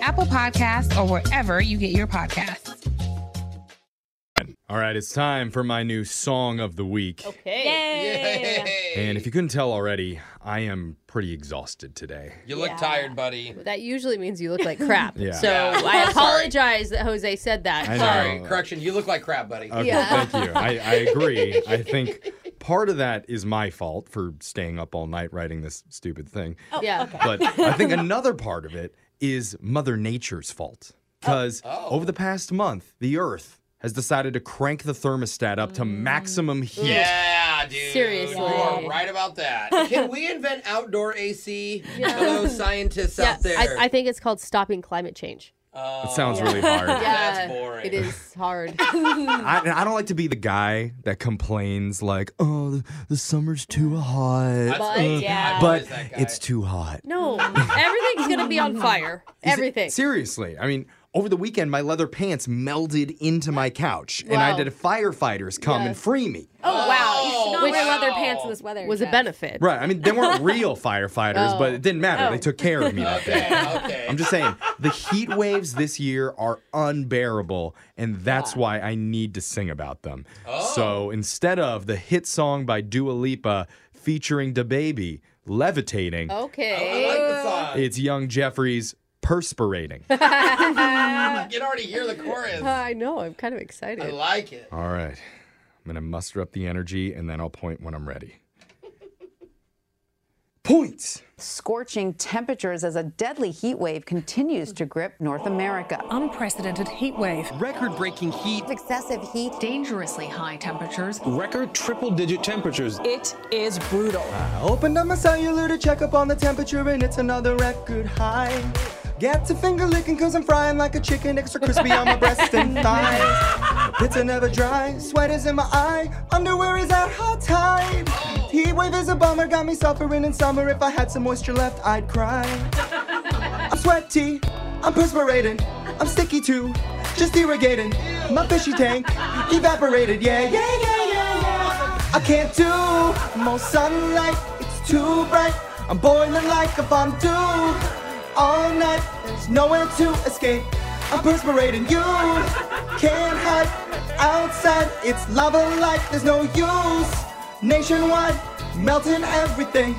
Apple Podcasts, or wherever you get your podcasts. All right, it's time for my new song of the week. Okay. And if you couldn't tell already, I am pretty exhausted today. You look tired, buddy. That usually means you look like crap. Yeah. So Yeah. I apologize that Jose said that. I know. Sorry. Sorry, correction. You look like crap, buddy. Oh. Okay, thank you. I, I agree. I think part of that is my fault for staying up all night writing this stupid thing. yeah. But I think another part Oh. of it is Mother Nature's fault. Because over the past month, the earth has decided to crank the thermostat up Mm. to maximum heat. Yeah, dude. Seriously. You are right about that. Can we invent outdoor AC? Hello, scientists Yeah, out there. I, I think it's called stopping climate change. Oh. It sounds really hard. Yeah, That's boring. It is hard. I, and I don't like to be the guy that complains like, "Oh, the, the summer's too hot," Uh, But, yeah. I'm but always that it's too hot. no, everything's gonna be on fire. Is it- Everything. seriously, I mean, over the weekend, my leather pants melded into my couch, and I Wow. had firefighters come and free me. Oh wow! You should not Which wear leather pants in this weather. Was a Jeff. benefit. Right. I mean, they weren't real firefighters, Oh. but it didn't matter. They Oh. took care of me that day. okay. I'm just saying, the heat waves this year are unbearable, and that's why I need to sing about them. So instead of the hit song by Dua Lipa featuring DaBaby, Levitating, Oh, Okay. it's Young Jeffrey's Perspirating. You can already hear the chorus. I know. I'm kind of excited. I like it. All right. I'm going to muster up the energy, and then I'll point when I'm ready. Points. Scorching temperatures as a deadly heat wave continues to grip North America. Unprecedented heat wave. Record breaking heat. Excessive heat. Dangerously high temperatures. Record triple digit temperatures. It is brutal. I opened up my cellular to check up on the temperature, and it's another record high. Get to finger licking, cause I'm frying like a chicken, extra crispy on my breast and thighs. Pits are never dry, sweat is in my eye, underwear is at high tide. Heat wave is a bummer, got me suffering in summer. If I had some moisture left, I'd cry. I'm sweaty, I'm perspirating, I'm sticky too, just irrigating. My fishy tank evaporated, yeah, yeah, yeah, yeah, yeah. I can't do more sunlight, it's too bright. I'm boiling like a fondue all night. There's nowhere to escape. I'm perspirating, you can't hide outside. It's lava like there's no use. Nationwide, melting everything.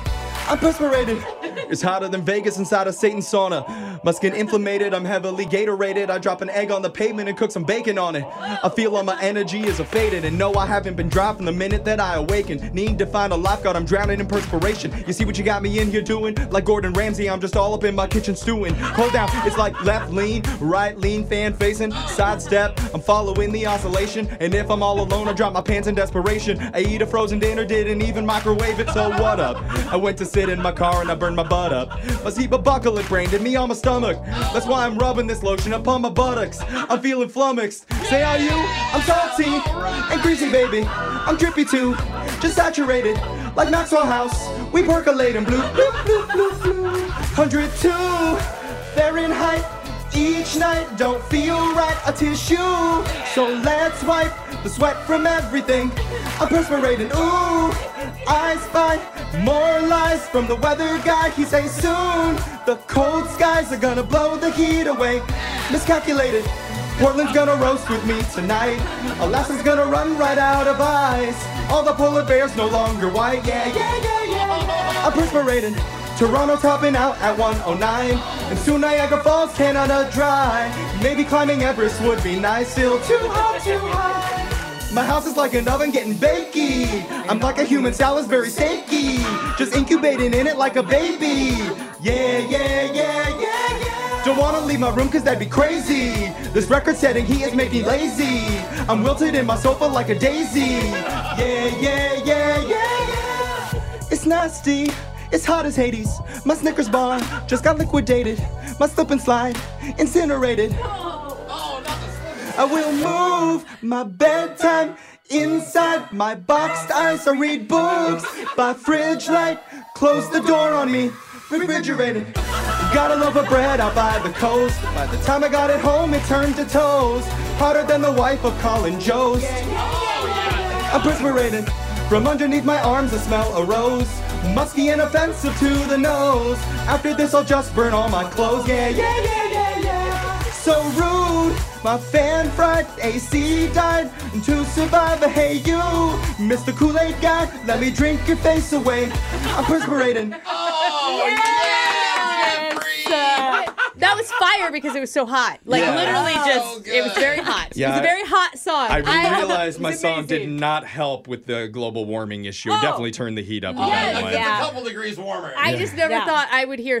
I'm perspirating. It's hotter than Vegas inside a Satan sauna. My skin inflamed, I'm heavily Gatorated. I drop an egg on the pavement and cook some bacon on it. I feel all my energy is a faded, and no, I haven't been dry from the minute that I awakened. Need to find a lifeguard, I'm drowning in perspiration. You see what you got me in here doing? Like Gordon Ramsay, I'm just all up in my kitchen stewing. Hold down, it's like left lean, right lean, fan facing, sidestep. I'm following the oscillation, and if I'm all alone, I drop my pants in desperation. I eat a frozen dinner, didn't even microwave it, so what up? I went to sit in my car and I burned my butt up. My zebra buckle it brained me on my stomach. That's why I'm rubbing this lotion upon my buttocks. I'm feeling flummoxed. Say how you? I'm salty and greasy, baby. I'm drippy too, just saturated. Like Maxwell House, we percolate and blue, blue, blue, blue, blue. 102 Fahrenheit. Each night don't feel right, a tissue. So let's wipe the sweat from everything. I'm perspirating, ooh. I spy more lies from the weather guy. He says soon the cold skies are gonna blow the heat away. Miscalculated. Portland's gonna roast with me tonight. Alaska's gonna run right out of ice. All the polar bears no longer white. Yeah, yeah, yeah, yeah. yeah. I'm perspirating. Toronto topping out at 109. And soon Niagara Falls, Canada dry. Maybe climbing Everest would be nice. Still too hot, too hot. My house is like an oven getting bakey. I'm like a human Salisbury steaky. Just incubating in it like a baby. Yeah, yeah, yeah, yeah, yeah. Don't wanna leave my room cause that'd be crazy. This record setting heat is making me lazy. I'm wilted in my sofa like a daisy. Yeah, yeah, yeah, yeah, yeah. It's nasty. It's hot as Hades. My Snickers bar just got liquidated. My slip and slide incinerated. I will move my bedtime inside my boxed eyes. I read books by fridge light. Close the door on me, refrigerated. Got a loaf of bread out by the coast. By the time I got it home, it turned to toast. Hotter than the wife of Colin Jost. I'm perspirating. From underneath my arms, the smell arose. Musky and offensive to the nose. After this, I'll just burn all my clothes. Yeah, yeah, yeah, yeah, yeah. So rude. My fan fried AC died. And to survive, hey, you, Mr. Kool Aid guy, let me drink your face away. I'm perspirating. Oh, That was five fire because it was so hot. Like Yeah. literally just, it was very hot. Yeah, it was I- a very hot song. I I- realized my song did not help with the global warming issue. It Definitely turned the heat up. on that one. Oh. yeah. a couple degrees warmer. I just never thought I would hear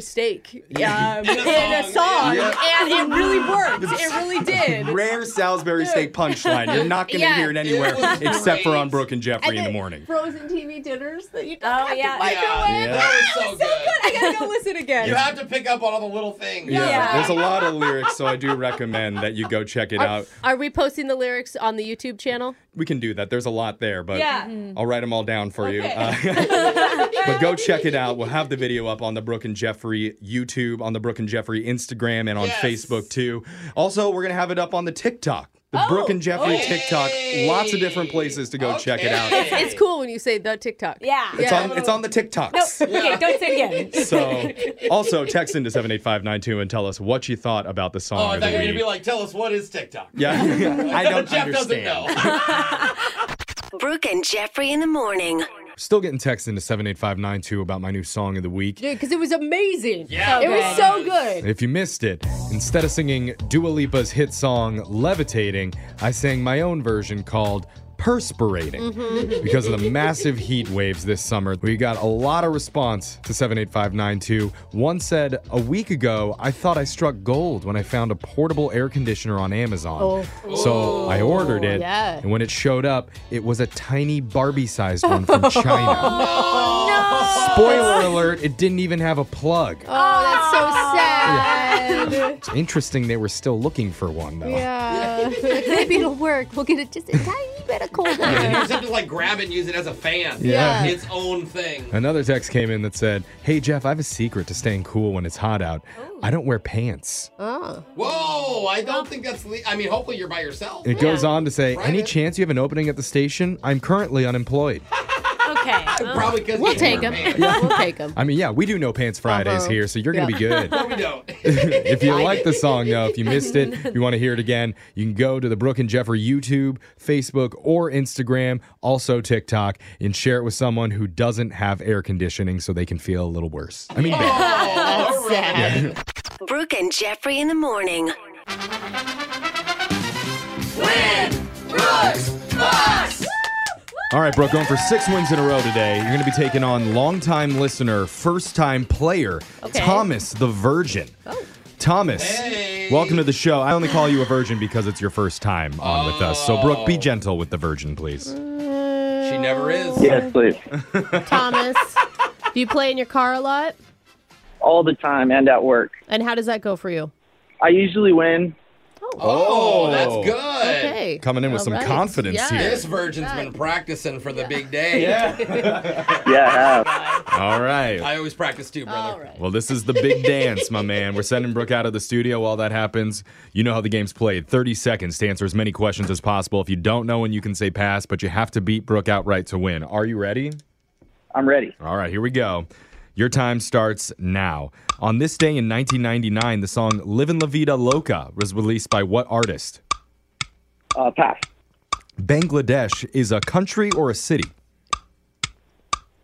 steak um, in Yeah. a song, Yeah. and it really worked. It really did. Rare Salisbury steak punchline. You're not going to Yeah. hear it anywhere It was except for great. on Brooke and Jeffrey And in the then morning. Frozen TV dinners that you don't oh, have yeah. to microwave. Oh, Yeah. That was so, good. I gotta go listen again. You have to pick up on all the little things. Yeah. There's a lot of lyrics, so I do recommend that you go check it out. Are we posting the lyrics on the YouTube channel? We can do that. There's a lot there, but Yeah. I'll write them all down for you. Uh, but go check it out. We'll have the video up on the Brooke and Jeffrey YouTube, on the Brooke and Jeffrey Instagram, and on Facebook too. Also, we're gonna have it up on the TikTok, Oh, the Brooke and Jeffrey TikTok. Lots of different places to go check it out. It's, it's cool when you say the TikTok. Yeah. It's on it's on the TikTok. No, okay, don't say it again. So, also text into seven eight five nine two and tell us what you thought about the song. Oh, I of thought the you were gonna week. be like, tell us what is TikTok. yeah, I don't Jeff understand. doesn't know. Brooke and Jeffrey in the morning. Still getting texts into seven eight five nine two about my new song of the week. Dude, because it was amazing. Yeah. It was so good. If you missed it, instead of singing Dua Lipa's hit song Levitating, I sang my own version called Perspirating Mm-hmm. because of the massive heat waves this summer. We got a lot of response to 78592. One said, A week ago, I thought I struck gold when I found a portable air conditioner on Amazon. Oh. So I ordered it. Yeah. And when it showed up, it was a tiny Barbie sized one from China. Oh, Spoiler alert, it didn't even have a plug. Oh, that's so Ah. sad. sad. It's interesting they were still looking for one, though. Yeah. Maybe it'll work. We'll get it just a tiny bit of cold You iron. just have to like grab it and use it as a fan. Yeah. Its own thing. Another text came in that said, Hey, Jeff, I have a secret to staying cool when it's hot out. I don't wear pants. Oh. Whoa, I don't think that's le- I mean, hopefully you're by yourself. It goes on to say, Oh, Right. Any chance you have an opening at the station? I'm currently unemployed. Okay. Probably 'cause we'll they take were them. mad. We'll take them. I mean, yeah, we do No Pants Fridays Uh-huh. here, so you're going to Yeah. be good. No, we don't. if you like the song, though, if you missed it, you want to hear it again, you can go to the Brooke and Jeffrey YouTube, Facebook, or Instagram, also TikTok, and share it with someone who doesn't have air conditioning so they can feel a little worse. I mean, bad. Oh, Yeah. Brooke and Jeffrey in the morning. All right, Brooke, going for six wins in a row today. You're going to be taking on longtime listener, first time player, Okay. Thomas the Virgin. Thomas, welcome to the show. I only call you a virgin because it's your first time on with us. So, Brooke, be gentle with the virgin, please. She Oh. never is. Yes, please. Thomas, do you play in your car a lot? All the time and at work. And how does that go for you? I usually win. Oh, that's good. Okay. Coming in with some Alright. confidence here. This virgin's been practicing for the big day. Yeah, I have. All right. I always practice too, brother. Well, this is the big dance, my man. We're sending Brooke out of the studio while that happens. You know how the game's played 30 seconds to answer as many questions as possible. If you don't know when you can say pass, but you have to beat Brooke outright to win. Are you ready? I'm ready. All right, here we go. Your time starts now. On this day in 1999, the song Livin' La Vida Loca was released by what artist? Uh, pass. Bangladesh is a country or a city?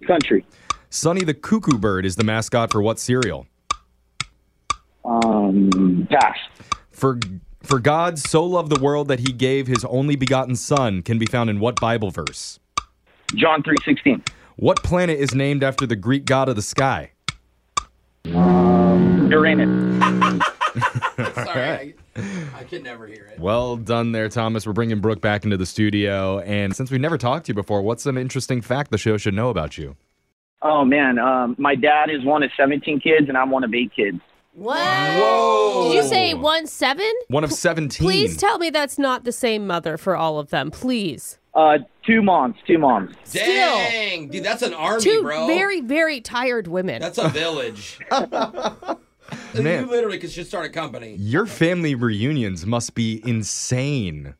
Country. Sonny the Cuckoo Bird is the mascot for what cereal? Um, pass. For for God so loved the world that he gave his only begotten son can be found in what Bible verse? John three sixteen. What planet is named after the Greek god of the sky? Uranus. Alright. I could never hear it. Well done there, Thomas. We're bringing Brooke back into the studio. And since we've never talked to you before, what's an interesting fact the show should know about you? Oh man, um, my dad is one of 17 kids, and I'm one of eight kids. What? Did you say one seven? One of 17. Please tell me that's not the same mother for all of them, please. Uh, two moms, two moms. Dang, dude, that's an army, Two bro. very, very tired women. That's a village. Man. You literally could should start a company. Your family reunions must be insane.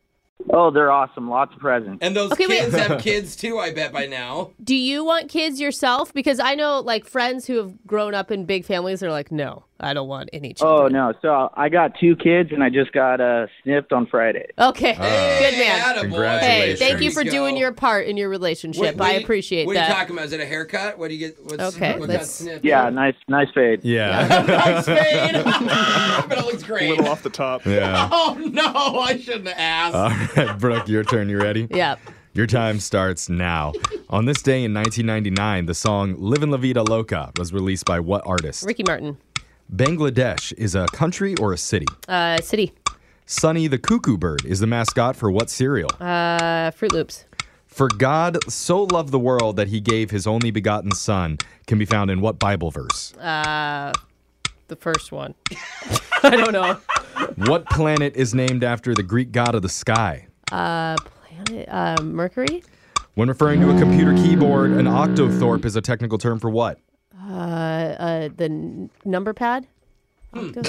Oh, they're awesome. Lots of presents. And those Okay, wait. kids have kids too, I bet by now. Do you want kids yourself? Because I know like friends who have grown up in big families are like, no, I don't want any Oh children. no! So I got two kids, and I just got uh, snipped on Friday. Okay, Oh. good man. Hey, thank you for Let's doing go. your part in your relationship. What- what I you- appreciate What are that. you talking about? Is it a haircut? What do you get? What's, Okay, what got let's- snipped? Yeah, nice, nice fade. Yeah, nice fade. but it looks great. little off the top. Yeah. Uh, Oh no! I shouldn't have asked. All right, Brooke, your turn. You ready? Yep. Your time starts now. On this day in 1999, the song Livin' La Vida Loca was released by what artist? Ricky Martin, Bangladesh is a country or a city? uh, City, Sonny the Cuckoo Bird is the mascot for what cereal? uh, Fruit Loops, For God so loved the world that he gave his only begotten son can be found in what Bible verse? uh, the first one. I don't know. What planet is named after the Greek god of the sky? Uh, planet uh, Mercury, When referring to a computer keyboard, an octothorpe is a technical term for what? uh, uh, the n- number pad. Hmm. What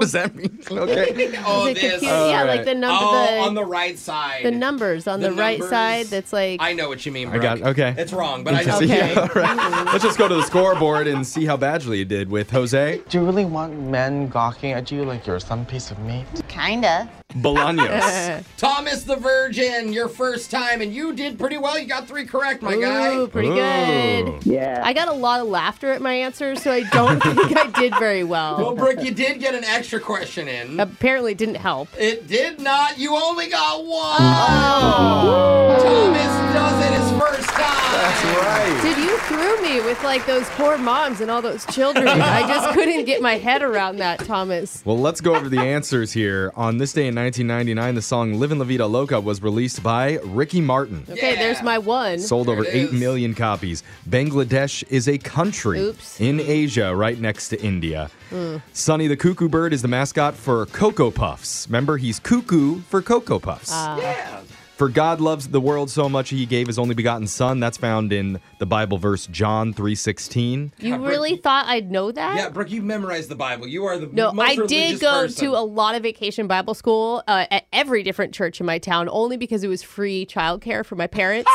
does that mean? Okay. Oh, Is it this. confused? yeah, like the number, Oh, the, on the right side. the numbers on The the, right numbers. side. That's like I know what you mean. I Brooke. got okay. It's wrong, but I know. Interesting. Yeah, all right. Let's just go to the scoreboard and see how Badgley did with Jose Do you really want men gawking at you like you're some piece of meat? Kinda. Bolaños. Thomas the Virgin, your first time, and you did pretty well. You got three correct, my guy. Ooh, pretty good. Yeah. I got a lot of laughter at my answers, so I don't think I did very well. Well, Oh, Brooke, you did get an extra question in. Apparently, it didn't help. It did not. You only got one. Oh. Thomas does it his first time. That's right. Dude, you threw me with like those poor moms and all those children. I just couldn't get my head around that, Thomas. Well, let's go over the answers here. On this day in 1999, the song Livin' La Vida Loca was released by Ricky Martin. Okay, there's my one. Sold over 8 million copies. Bangladesh is a country Oops. in Asia, right next to India. Mm. Sonny the Cuckoo Bird is the mascot for Cocoa Puffs. Remember, he's cuckoo for Cocoa Puffs. Ah. Uh. yeah. For God loves the world so much he gave his only begotten son. That's found in the Bible verse John 3:16. You really thought I'd know that? Yeah, Brooke, you memorized the Bible. You are the No, most I did religious go person. to a lot of vacation Bible school uh, at every different church in my town, only because it was free childcare for my parents.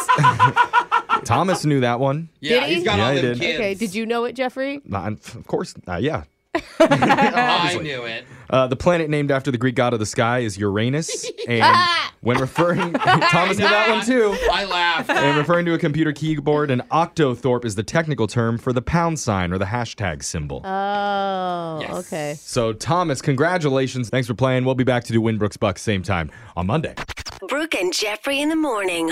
Thomas knew that one. did he? yeah, he did. Okay, did you know it, Jeffrey? Uh, and f- of course, uh, yeah. I knew it. Uh, the planet named after the Greek god of the sky is Uranus, and when referring Thomas knew that one too. I laughed. And referring to a computer keyboard, an octothorpe is the technical term for the pound sign or the hashtag symbol. Oh, okay. So, Thomas, congratulations. Thanks for playing. We'll be back to do Winbrook's Bucks same time on Monday. Brooke and Jeffrey in the morning.